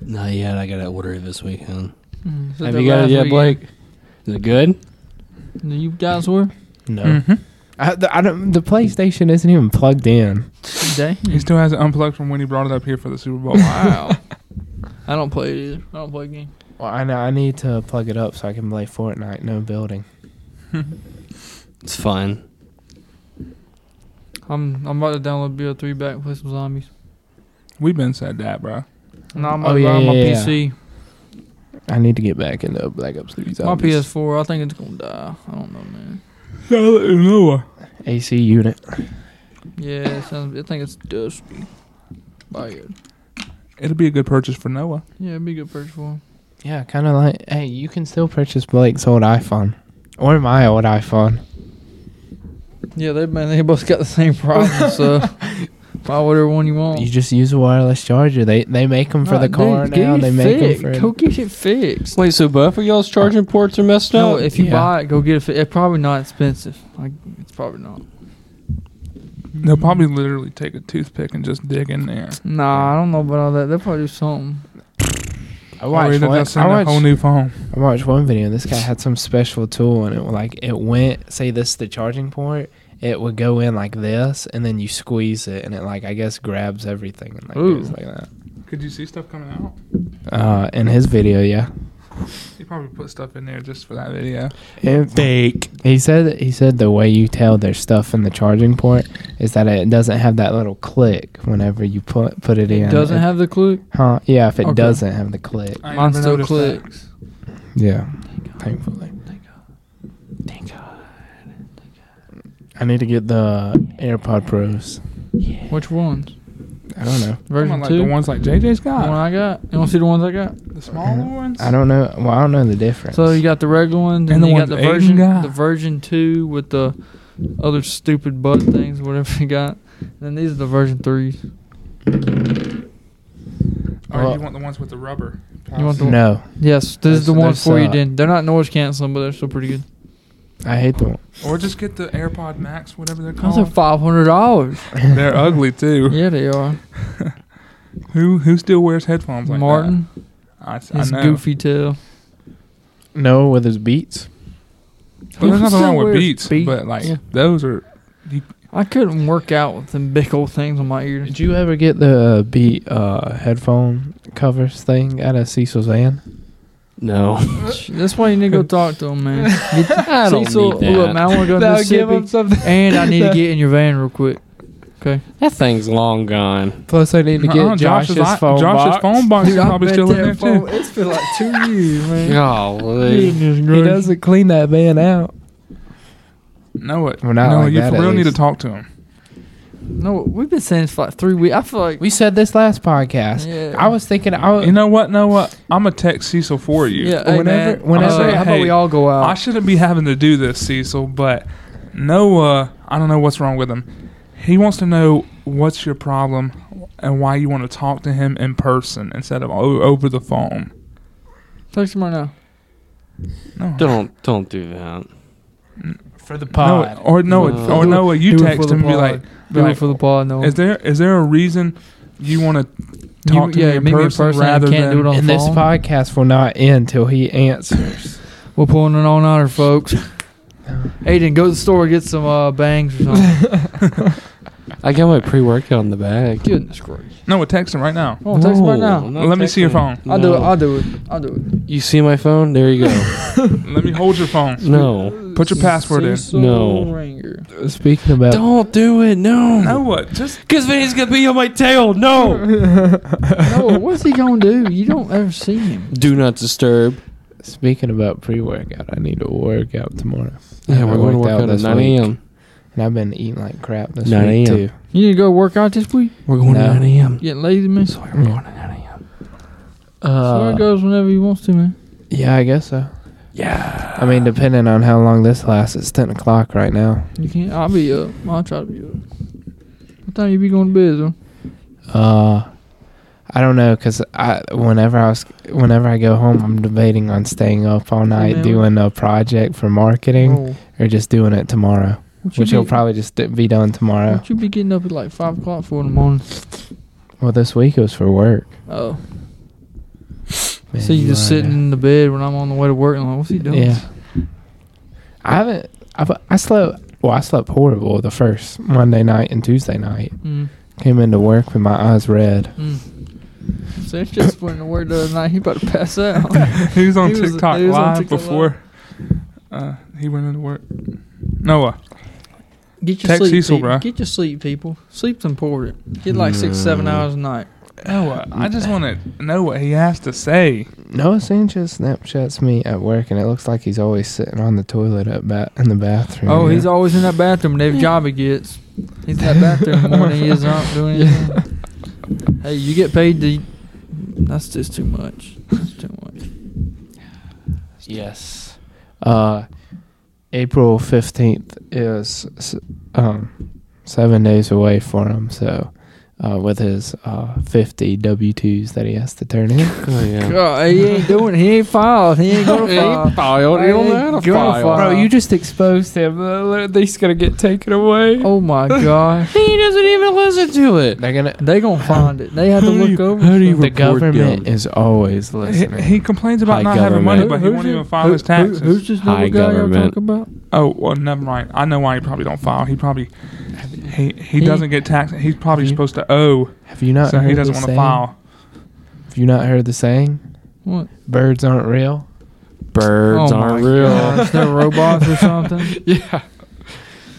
[SPEAKER 1] Not yet. I got to order it this weekend.
[SPEAKER 4] Mm, is that
[SPEAKER 1] Have
[SPEAKER 4] that
[SPEAKER 1] you got
[SPEAKER 4] last
[SPEAKER 1] it yet,
[SPEAKER 4] weekend?
[SPEAKER 1] Blake? Is it good?
[SPEAKER 4] Do you guys were?
[SPEAKER 2] No.
[SPEAKER 3] hmm
[SPEAKER 4] Mm-hmm.
[SPEAKER 2] I, the, I don't, the PlayStation isn't even plugged in.
[SPEAKER 4] Dang.
[SPEAKER 3] He still has it unplugged from when he brought it up here for the Super Bowl.
[SPEAKER 4] Wow. I don't play it either. I don't play games.
[SPEAKER 2] Well, I know I need to plug it up so I can play Fortnite. No building.
[SPEAKER 1] It's fine.
[SPEAKER 4] I'm I'm about to download BO3 back and play some zombies.
[SPEAKER 3] We've been said that, bro.
[SPEAKER 4] No, I'm
[SPEAKER 2] Oh,
[SPEAKER 4] about to
[SPEAKER 2] yeah,
[SPEAKER 4] buy my
[SPEAKER 2] yeah, yeah.
[SPEAKER 4] PC,
[SPEAKER 2] I need to get back into Black Ops 3
[SPEAKER 4] my
[SPEAKER 2] Zombies.
[SPEAKER 4] PS4. I think it's gonna die. I don't know, man.
[SPEAKER 2] AC unit.
[SPEAKER 4] Yeah, it sounds. I think it's dusty. Buy it.
[SPEAKER 3] It'll be a good purchase for Noah.
[SPEAKER 4] Yeah, it'd be a good purchase for him.
[SPEAKER 2] Yeah, kind of like, hey, you can still purchase Blake's old iPhone. Or my old iPhone.
[SPEAKER 4] Yeah, they man, they both got the same problem. so buy whatever one you want.
[SPEAKER 2] You just use a wireless charger. They they make them for
[SPEAKER 4] Nah,
[SPEAKER 2] the
[SPEAKER 4] Oh. dude,
[SPEAKER 2] car
[SPEAKER 4] get
[SPEAKER 2] now.
[SPEAKER 4] it
[SPEAKER 2] They make them
[SPEAKER 4] fixed.
[SPEAKER 2] for.
[SPEAKER 4] Go get it fixed.
[SPEAKER 1] Wait, so both of y'all's charging ports are messed up?
[SPEAKER 4] No, if you
[SPEAKER 2] yeah.
[SPEAKER 4] buy it, go get it. Fi- it's probably not expensive. Like it's probably not.
[SPEAKER 3] They'll probably literally take a toothpick and just dig in there.
[SPEAKER 4] Nah, I don't know about all that. They'll probably do something.
[SPEAKER 2] I
[SPEAKER 3] Or
[SPEAKER 2] watched
[SPEAKER 3] either
[SPEAKER 2] one-
[SPEAKER 3] they'll
[SPEAKER 2] I
[SPEAKER 3] send a
[SPEAKER 2] watched-
[SPEAKER 3] whole new phone.
[SPEAKER 2] I watched one video. This guy had some special tool, and it like it went. Say this is the charging port, it would go in like this, and then you squeeze it, and it like I guess grabs everything and like
[SPEAKER 4] Ooh.
[SPEAKER 2] goes like that.
[SPEAKER 3] Could you see stuff coming out?
[SPEAKER 2] Uh, in his video, yeah,
[SPEAKER 3] He probably put stuff in there just for that video.
[SPEAKER 1] Fake.
[SPEAKER 2] he said he said the way you tell there's stuff in the charging port is that it doesn't have that little click whenever you put put it, in.
[SPEAKER 4] It doesn't have the clue.
[SPEAKER 2] huh? Yeah, if it
[SPEAKER 4] Okay.
[SPEAKER 2] doesn't have the click,
[SPEAKER 3] I
[SPEAKER 4] Mine
[SPEAKER 3] never
[SPEAKER 4] still
[SPEAKER 3] noticed
[SPEAKER 4] clicks.
[SPEAKER 3] that.
[SPEAKER 2] yeah, thankfully.
[SPEAKER 1] Thank God.
[SPEAKER 2] I need to get the AirPod Pros.
[SPEAKER 4] Which ones?
[SPEAKER 2] I don't know.
[SPEAKER 3] Come
[SPEAKER 4] Version
[SPEAKER 3] on, like
[SPEAKER 4] two.
[SPEAKER 3] the ones like JJ's
[SPEAKER 4] The one
[SPEAKER 3] got,
[SPEAKER 4] I got. You want to see the ones I got?
[SPEAKER 3] the smaller ones.
[SPEAKER 2] I don't know. Well, I don't know the difference.
[SPEAKER 4] So you got the regular ones, and,
[SPEAKER 3] And the
[SPEAKER 4] then you
[SPEAKER 3] ones
[SPEAKER 4] got the
[SPEAKER 3] that Aiden
[SPEAKER 4] version,
[SPEAKER 3] got.
[SPEAKER 4] the version two with the other stupid bud things, whatever you got. And then these are the version threes.
[SPEAKER 3] Or
[SPEAKER 2] Well-
[SPEAKER 3] you want the ones with the rubber?
[SPEAKER 4] You want the-
[SPEAKER 2] no,
[SPEAKER 4] Yes, this is
[SPEAKER 2] Those-
[SPEAKER 4] the ones
[SPEAKER 2] those
[SPEAKER 4] for you.
[SPEAKER 2] suck.
[SPEAKER 4] Then they're not noise canceling, but they're still pretty good.
[SPEAKER 2] I hate the.
[SPEAKER 3] Or just get the AirPod Max, whatever they're
[SPEAKER 4] Those are
[SPEAKER 3] called.
[SPEAKER 4] five hundred dollars.
[SPEAKER 3] they're ugly too.
[SPEAKER 4] yeah, they are.
[SPEAKER 3] Who who still wears headphones like
[SPEAKER 4] Martin,
[SPEAKER 3] that? I, s- I
[SPEAKER 4] his
[SPEAKER 3] know.
[SPEAKER 4] goofy tail.
[SPEAKER 2] No, with his beats.
[SPEAKER 3] But there's
[SPEAKER 4] Who
[SPEAKER 3] nothing
[SPEAKER 4] still
[SPEAKER 3] wrong with
[SPEAKER 4] wears
[SPEAKER 3] Beats,
[SPEAKER 4] Beats?
[SPEAKER 3] but like
[SPEAKER 4] Yeah.
[SPEAKER 3] those are.
[SPEAKER 4] I couldn't work out with them big old things on my ears.
[SPEAKER 2] Did you ever get the beat uh, headphone covers thing out of Cecil's van?
[SPEAKER 1] No.
[SPEAKER 4] That's why you need to go talk to him, man.
[SPEAKER 1] I don't
[SPEAKER 4] Cecil,
[SPEAKER 1] need
[SPEAKER 4] look, man,
[SPEAKER 1] that.
[SPEAKER 4] I want to go to Mississippi,
[SPEAKER 2] something.
[SPEAKER 4] and I need to get in your van real quick. Okay.
[SPEAKER 1] That thing's long gone.
[SPEAKER 2] Plus, I need to get
[SPEAKER 3] Uh-uh,
[SPEAKER 2] Josh's,
[SPEAKER 3] li-
[SPEAKER 2] phone
[SPEAKER 3] Josh's
[SPEAKER 2] box.
[SPEAKER 3] phone box is
[SPEAKER 4] I
[SPEAKER 3] probably
[SPEAKER 4] bet
[SPEAKER 3] still in
[SPEAKER 4] that
[SPEAKER 3] there
[SPEAKER 4] phone-
[SPEAKER 3] too.
[SPEAKER 4] It's been like two years, man.
[SPEAKER 1] Golly.
[SPEAKER 4] Goodness
[SPEAKER 2] He
[SPEAKER 4] gracious.
[SPEAKER 2] doesn't clean that van out.
[SPEAKER 3] No, it.
[SPEAKER 2] Well, not
[SPEAKER 3] no,
[SPEAKER 2] like
[SPEAKER 3] you
[SPEAKER 2] that,
[SPEAKER 3] for
[SPEAKER 2] at
[SPEAKER 3] real need to
[SPEAKER 2] least.
[SPEAKER 3] talk to him.
[SPEAKER 4] No, we've been saying this for like three weeks. I feel like
[SPEAKER 2] We said this last podcast.
[SPEAKER 4] Yeah.
[SPEAKER 2] I was thinking, I was,
[SPEAKER 3] You know what? No, what? I'm gonna text Cecil for you.
[SPEAKER 4] Uh, Yeah, hey,
[SPEAKER 2] Whenever-
[SPEAKER 4] man,
[SPEAKER 2] whenever-
[SPEAKER 4] uh, how about
[SPEAKER 3] Hey,
[SPEAKER 4] we all go out?
[SPEAKER 3] I shouldn't be having to do this, Cecil, but Noah, I don't know what's wrong with him. He wants to know what's your problem and why you want to talk to him in person instead of o- over the phone.
[SPEAKER 4] Text him right now.
[SPEAKER 3] No,
[SPEAKER 1] Don't don't do that.
[SPEAKER 2] for the
[SPEAKER 3] Noah, or Noah,
[SPEAKER 1] No.
[SPEAKER 3] or Noah, you
[SPEAKER 4] Do it
[SPEAKER 3] text
[SPEAKER 4] for Uh, the
[SPEAKER 3] him be
[SPEAKER 4] pod.
[SPEAKER 3] like, be
[SPEAKER 4] Do it
[SPEAKER 3] like,
[SPEAKER 4] for the pod. No,
[SPEAKER 3] is there is there a reason you want to talk to
[SPEAKER 4] yeah,
[SPEAKER 3] me in
[SPEAKER 4] meet me in
[SPEAKER 3] person,
[SPEAKER 4] person, I
[SPEAKER 3] rather
[SPEAKER 4] can't
[SPEAKER 3] than
[SPEAKER 4] do it on
[SPEAKER 2] And
[SPEAKER 4] the
[SPEAKER 2] this
[SPEAKER 4] phone?
[SPEAKER 2] podcast will not end till he answers.
[SPEAKER 4] we're pulling an all-nighter, folks. Aiden, go to the store get some uh, bangs or something.
[SPEAKER 1] I got my pre workout in the bag.
[SPEAKER 4] Goodness gracious!
[SPEAKER 3] Noah, text him right now.
[SPEAKER 4] Oh, text him right
[SPEAKER 1] No,
[SPEAKER 4] now.
[SPEAKER 1] I'm not
[SPEAKER 3] Let me see your
[SPEAKER 1] texting.
[SPEAKER 3] phone.
[SPEAKER 4] I'll do it.
[SPEAKER 1] No.
[SPEAKER 4] I'll do it. I'll do it.
[SPEAKER 1] You see my phone? There you go.
[SPEAKER 3] Let me hold your phone.
[SPEAKER 1] no.
[SPEAKER 3] Put your password in.
[SPEAKER 4] Cecil
[SPEAKER 1] No.
[SPEAKER 4] Ringer.
[SPEAKER 2] Speaking about
[SPEAKER 1] Don't do it. No.
[SPEAKER 3] Noah, just
[SPEAKER 1] Because then he's going to be on my tail. No.
[SPEAKER 4] No, Oh, what's he gonna do? You don't ever see him.
[SPEAKER 1] do not disturb.
[SPEAKER 2] speaking about pre-workout, I need to work out tomorrow.
[SPEAKER 1] Yeah, we're
[SPEAKER 2] I
[SPEAKER 1] going to
[SPEAKER 2] worked
[SPEAKER 1] work out at
[SPEAKER 2] this
[SPEAKER 1] 9
[SPEAKER 2] week,
[SPEAKER 1] a.m.
[SPEAKER 2] And I've been eating like crap this
[SPEAKER 1] 9
[SPEAKER 2] week
[SPEAKER 1] a.m.
[SPEAKER 2] too.
[SPEAKER 4] You need to go work out this week.
[SPEAKER 1] We're going
[SPEAKER 2] No.
[SPEAKER 1] to 9 a.m.
[SPEAKER 4] Getting lazy, man. So
[SPEAKER 1] We're going to 9 a.m.
[SPEAKER 4] it goes whenever he wants to, man.
[SPEAKER 2] Uh, yeah, I guess so.
[SPEAKER 1] Yeah.
[SPEAKER 2] I mean, depending on how long this lasts, it's ten o'clock right now.
[SPEAKER 4] You can't. I'll be up. I'll try to be up. What time you be going to bed, though?
[SPEAKER 2] Uh, I don't know, cause I whenever I was whenever I go home, I'm debating on staying up all night
[SPEAKER 4] man.
[SPEAKER 2] doing a project for marketing
[SPEAKER 4] Oh,
[SPEAKER 2] or just doing it tomorrow,
[SPEAKER 4] what you
[SPEAKER 2] which will
[SPEAKER 4] be-
[SPEAKER 2] probably just d- be done tomorrow.
[SPEAKER 4] What you be getting up at like five o'clock for in the morning?
[SPEAKER 2] Well, this week it was for work.
[SPEAKER 4] Oh,
[SPEAKER 2] Man,
[SPEAKER 4] so you just
[SPEAKER 2] are-
[SPEAKER 4] sitting in the bed when I'm on the way to work, and I'm like, what's he doing?
[SPEAKER 2] Yeah. I haven't. I've, I slept. Well, I slept horrible the first Monday night and Tuesday night.
[SPEAKER 4] Mm,
[SPEAKER 2] Came into work with my eyes red.
[SPEAKER 4] mm. So it's just went to work the other night. He about to pass out.
[SPEAKER 3] he was on
[SPEAKER 4] He was-
[SPEAKER 3] TikTok
[SPEAKER 4] he was on
[SPEAKER 3] live
[SPEAKER 4] TikTok
[SPEAKER 3] before Uh, he went into work. Noah,
[SPEAKER 4] Get your
[SPEAKER 3] Text
[SPEAKER 4] sleep,
[SPEAKER 3] Cecil,
[SPEAKER 4] people.
[SPEAKER 3] bruh.
[SPEAKER 4] Get your sleep, people. Sleep's important. Get like six, seven
[SPEAKER 1] Mm.
[SPEAKER 4] hours a night.
[SPEAKER 3] Noah, I just want to know what he has to say.
[SPEAKER 2] Noah Sanchez Snapchats me at work, and it looks like he's always sitting on the toilet up ba- in the bathroom.
[SPEAKER 4] Oh, he's always in that bathroom. and Every job he gets, he's in that bathroom more than he is not doing anything. Hey, you get paid to. That's just too much. That's too much.
[SPEAKER 2] yes. Uh, April fifteenth is s- um seven days away for him. So, uh, with his uh fifty W twos that he has to turn in.
[SPEAKER 1] Oh, yeah.
[SPEAKER 4] God, he ain't doing. He ain't filed. He ain't gonna file.
[SPEAKER 1] filed.
[SPEAKER 4] He don't know how to file.
[SPEAKER 2] Bro, you just exposed him. Uh, He's gonna get taken away.
[SPEAKER 4] Oh my gosh,
[SPEAKER 1] He doesn't even listen to it.
[SPEAKER 2] They're gonna.
[SPEAKER 4] they gonna find it. They have to
[SPEAKER 1] How do
[SPEAKER 4] look
[SPEAKER 1] you-
[SPEAKER 4] over.
[SPEAKER 1] how do you
[SPEAKER 2] The
[SPEAKER 1] Report
[SPEAKER 2] government
[SPEAKER 1] them.
[SPEAKER 2] is always
[SPEAKER 3] He,
[SPEAKER 2] listening.
[SPEAKER 3] he complains about
[SPEAKER 1] Hi,
[SPEAKER 3] not having money,
[SPEAKER 1] government.
[SPEAKER 3] but he won't even file his taxes.
[SPEAKER 4] who's this
[SPEAKER 1] Hi,
[SPEAKER 4] little guy you're
[SPEAKER 1] government.
[SPEAKER 4] talking about?
[SPEAKER 3] Oh well, never mind. I know why he probably don't file. He probably he he,
[SPEAKER 2] He-
[SPEAKER 3] doesn't get taxed. He's probably
[SPEAKER 2] Have you-
[SPEAKER 3] supposed to owe,
[SPEAKER 2] Have you not
[SPEAKER 3] so
[SPEAKER 2] heard
[SPEAKER 3] he doesn't
[SPEAKER 2] the
[SPEAKER 3] want to
[SPEAKER 2] saying?
[SPEAKER 3] file.
[SPEAKER 2] Have you not heard the saying?
[SPEAKER 4] What?
[SPEAKER 2] Birds aren't real.
[SPEAKER 1] Birds
[SPEAKER 4] Oh my
[SPEAKER 1] aren't real.
[SPEAKER 4] gosh, they're robots or something.
[SPEAKER 2] Yeah.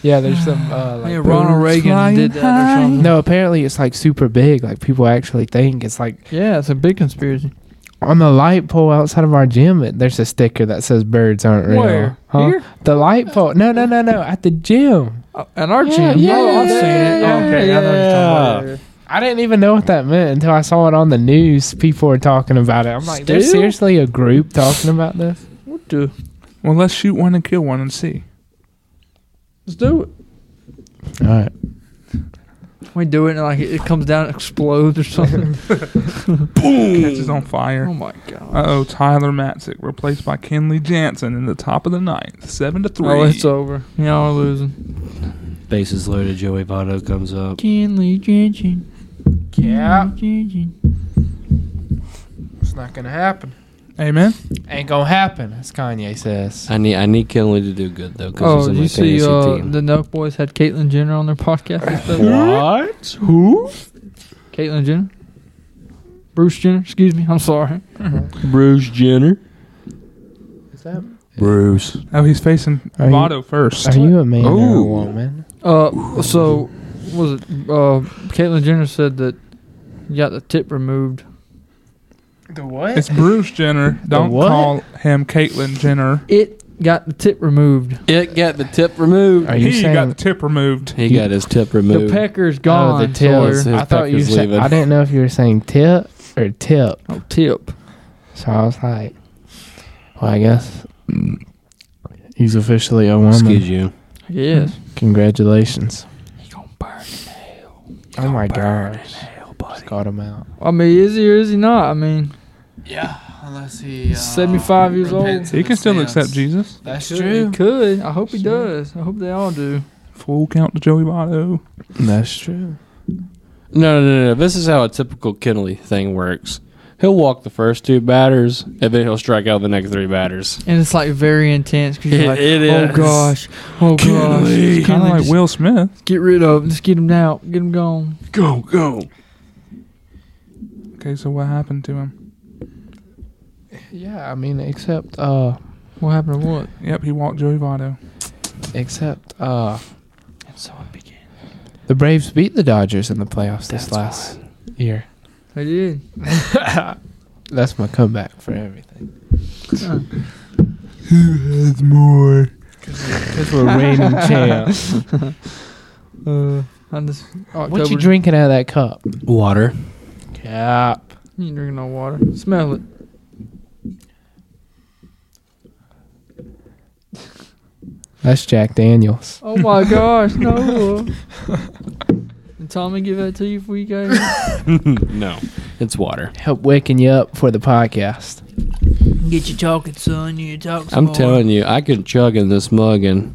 [SPEAKER 2] Yeah, there's some uh, like
[SPEAKER 4] yeah, Ronald
[SPEAKER 3] birds
[SPEAKER 4] Reagan
[SPEAKER 3] flying
[SPEAKER 4] did that or
[SPEAKER 3] high.
[SPEAKER 4] something.
[SPEAKER 2] No, apparently it's like super big. Like people actually think it's like
[SPEAKER 4] Yeah, it's a big conspiracy.
[SPEAKER 2] on the light pole outside of our gym. it- There's a sticker that says birds aren't real.
[SPEAKER 4] Where?
[SPEAKER 2] Huh?
[SPEAKER 4] Here?
[SPEAKER 2] The light pole? No, no, no, no. At the gym.
[SPEAKER 4] Uh, At our gym.
[SPEAKER 2] yeah,
[SPEAKER 4] oh, I've seen it.
[SPEAKER 2] yeah,
[SPEAKER 4] Oh, okay, I know what you're talking about.
[SPEAKER 2] I didn't even know what that meant until I saw it on the news. People were talking about it. I'm like, there's
[SPEAKER 4] Still?
[SPEAKER 2] seriously a group talking about this.
[SPEAKER 4] What do?
[SPEAKER 3] Well, let's shoot one and kill one and see.
[SPEAKER 4] Let's do it.
[SPEAKER 2] All right.
[SPEAKER 4] We do it and like it, it comes down, and explodes or something.
[SPEAKER 3] Catches on
[SPEAKER 4] oh
[SPEAKER 3] fire.
[SPEAKER 4] my god.
[SPEAKER 3] Uh oh, Tyler Matzik replaced by Kenley Jansen in the top of the ninth, seven to three.
[SPEAKER 4] Oh, it's over. Y'all are losing.
[SPEAKER 1] Bases loaded. Joey Votto comes up.
[SPEAKER 4] Kenley Jensen.
[SPEAKER 2] Yeah.
[SPEAKER 4] Jensen.
[SPEAKER 2] It's not gonna happen.
[SPEAKER 3] Amen.
[SPEAKER 2] Ain't gonna happen, as Kanye says.
[SPEAKER 1] I need I need Kenley to do good though. 'cause he's
[SPEAKER 4] Oh,
[SPEAKER 1] in
[SPEAKER 4] you
[SPEAKER 1] my
[SPEAKER 4] see,
[SPEAKER 1] fantasy
[SPEAKER 4] uh,
[SPEAKER 1] team.
[SPEAKER 4] the Nelk Boys had Caitlyn Jenner on their podcast. and stuff.
[SPEAKER 1] what? Who?
[SPEAKER 4] Caitlyn Jenner. Bruce Jenner. Excuse me. I'm sorry.
[SPEAKER 1] Bruce Jenner.
[SPEAKER 2] Is that?
[SPEAKER 1] Bruce.
[SPEAKER 3] Oh, he's facing
[SPEAKER 2] Are you-
[SPEAKER 3] Votto first.
[SPEAKER 2] Are you a man or a
[SPEAKER 1] Ooh.
[SPEAKER 2] woman?
[SPEAKER 4] Uh, so was it? Uh, Caitlyn Jenner said that you got the tip removed.
[SPEAKER 2] The what?
[SPEAKER 3] It's Bruce Jenner. Don't
[SPEAKER 2] what?
[SPEAKER 3] call him Caitlyn Jenner.
[SPEAKER 4] It got the tip removed.
[SPEAKER 1] It got the tip removed.
[SPEAKER 2] Are you
[SPEAKER 3] he
[SPEAKER 2] saying?
[SPEAKER 3] got the tip removed.
[SPEAKER 1] He got his tip removed.
[SPEAKER 4] The pecker's
[SPEAKER 2] oh,
[SPEAKER 4] gone.
[SPEAKER 2] the tip.
[SPEAKER 1] Sawyer.
[SPEAKER 2] I thought you
[SPEAKER 1] His
[SPEAKER 2] said.
[SPEAKER 1] leaving.
[SPEAKER 2] I didn't know if you were saying tip or tip.
[SPEAKER 4] Oh, tip.
[SPEAKER 2] So I was like, well, I guess he's officially a woman.
[SPEAKER 1] Excuse you.
[SPEAKER 4] Yes.
[SPEAKER 2] Congratulations.
[SPEAKER 4] He gonna burn.
[SPEAKER 2] Oh my gosh. Just got him out.
[SPEAKER 4] I mean, is he or is he not? I mean,
[SPEAKER 5] Yeah, unless he. Uh,
[SPEAKER 4] 75 years old.
[SPEAKER 5] repents
[SPEAKER 3] He
[SPEAKER 5] and
[SPEAKER 3] can still
[SPEAKER 5] abstains.
[SPEAKER 3] accept Jesus.
[SPEAKER 2] That's
[SPEAKER 4] could- He could. I hope he does. I hope they all do.
[SPEAKER 3] Full count to Joey Votto.
[SPEAKER 2] That's true.
[SPEAKER 1] No, no, no, no. This is how a typical Kenley thing works. He'll walk the first two batters, and then he'll strike out the next three batters.
[SPEAKER 4] And it's like very intense because you're
[SPEAKER 1] It-
[SPEAKER 4] like,
[SPEAKER 1] it
[SPEAKER 4] oh
[SPEAKER 1] is.
[SPEAKER 4] gosh, oh gosh,
[SPEAKER 1] Kenley.
[SPEAKER 4] Kenley,
[SPEAKER 3] Kind of like
[SPEAKER 4] just
[SPEAKER 3] Will Smith.
[SPEAKER 4] get rid of him, just get him out, get him gone.
[SPEAKER 1] Go, go.
[SPEAKER 3] Okay, so what happened to him?
[SPEAKER 2] Yeah, I mean, except, uh,
[SPEAKER 4] What happened to what?
[SPEAKER 3] Yep, he walked Joey Votto.
[SPEAKER 2] except, uh,
[SPEAKER 4] And so it began.
[SPEAKER 2] the Braves beat the Dodgers in the playoffs this
[SPEAKER 1] That's
[SPEAKER 2] last year.
[SPEAKER 4] They did.
[SPEAKER 2] That's my comeback for everything.
[SPEAKER 4] Uh,
[SPEAKER 3] Who has more?
[SPEAKER 2] Because we're reigning champs.
[SPEAKER 4] uh, I'm just October.
[SPEAKER 2] What you drinking out of that cup?
[SPEAKER 1] Water.
[SPEAKER 2] Cap.
[SPEAKER 4] You ain't drinking no water. Smell it.
[SPEAKER 2] That's Jack Daniels.
[SPEAKER 4] Oh my gosh, no. Did Tommy give that to you for you guys?
[SPEAKER 1] no, it's water.
[SPEAKER 2] Help waking you up for the podcast.
[SPEAKER 4] Get you talking, son. You talk.
[SPEAKER 1] I'm telling you, I could chug in this mug, and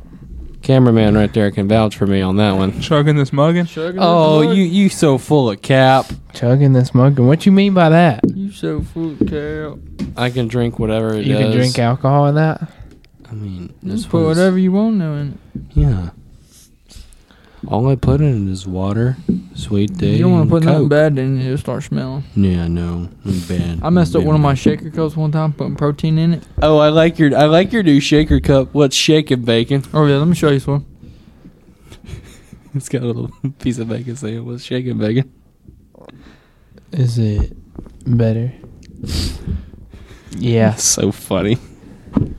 [SPEAKER 1] cameraman right there can vouch for me on that one.
[SPEAKER 3] Chugging this mugging.
[SPEAKER 1] Oh, you you so full of cap.
[SPEAKER 2] Chugging this mug. And what you mean by that?
[SPEAKER 4] You so full, Carol.
[SPEAKER 1] I can drink whatever it
[SPEAKER 2] You can
[SPEAKER 1] does.
[SPEAKER 2] drink alcohol in that?
[SPEAKER 1] I mean, this
[SPEAKER 4] Just put
[SPEAKER 1] was-
[SPEAKER 4] whatever you want now in it.
[SPEAKER 1] Yeah. All I put in it is water, sweet day.
[SPEAKER 4] You don't want to
[SPEAKER 1] and
[SPEAKER 4] put nothing
[SPEAKER 1] Coke.
[SPEAKER 4] bad in it. It'll start smelling.
[SPEAKER 1] Yeah, no, I'm bad.
[SPEAKER 4] I messed up
[SPEAKER 1] Bad.
[SPEAKER 4] one of my shaker cups one time, putting protein in it.
[SPEAKER 1] Oh, I like your I like your new shaker cup. What's shaking bacon?
[SPEAKER 4] Oh yeah, let me show you some.
[SPEAKER 1] It's got a little piece of bacon saying "What's shaking bacon?"
[SPEAKER 2] Is it better? yeah.
[SPEAKER 1] That's so funny.
[SPEAKER 4] Oh,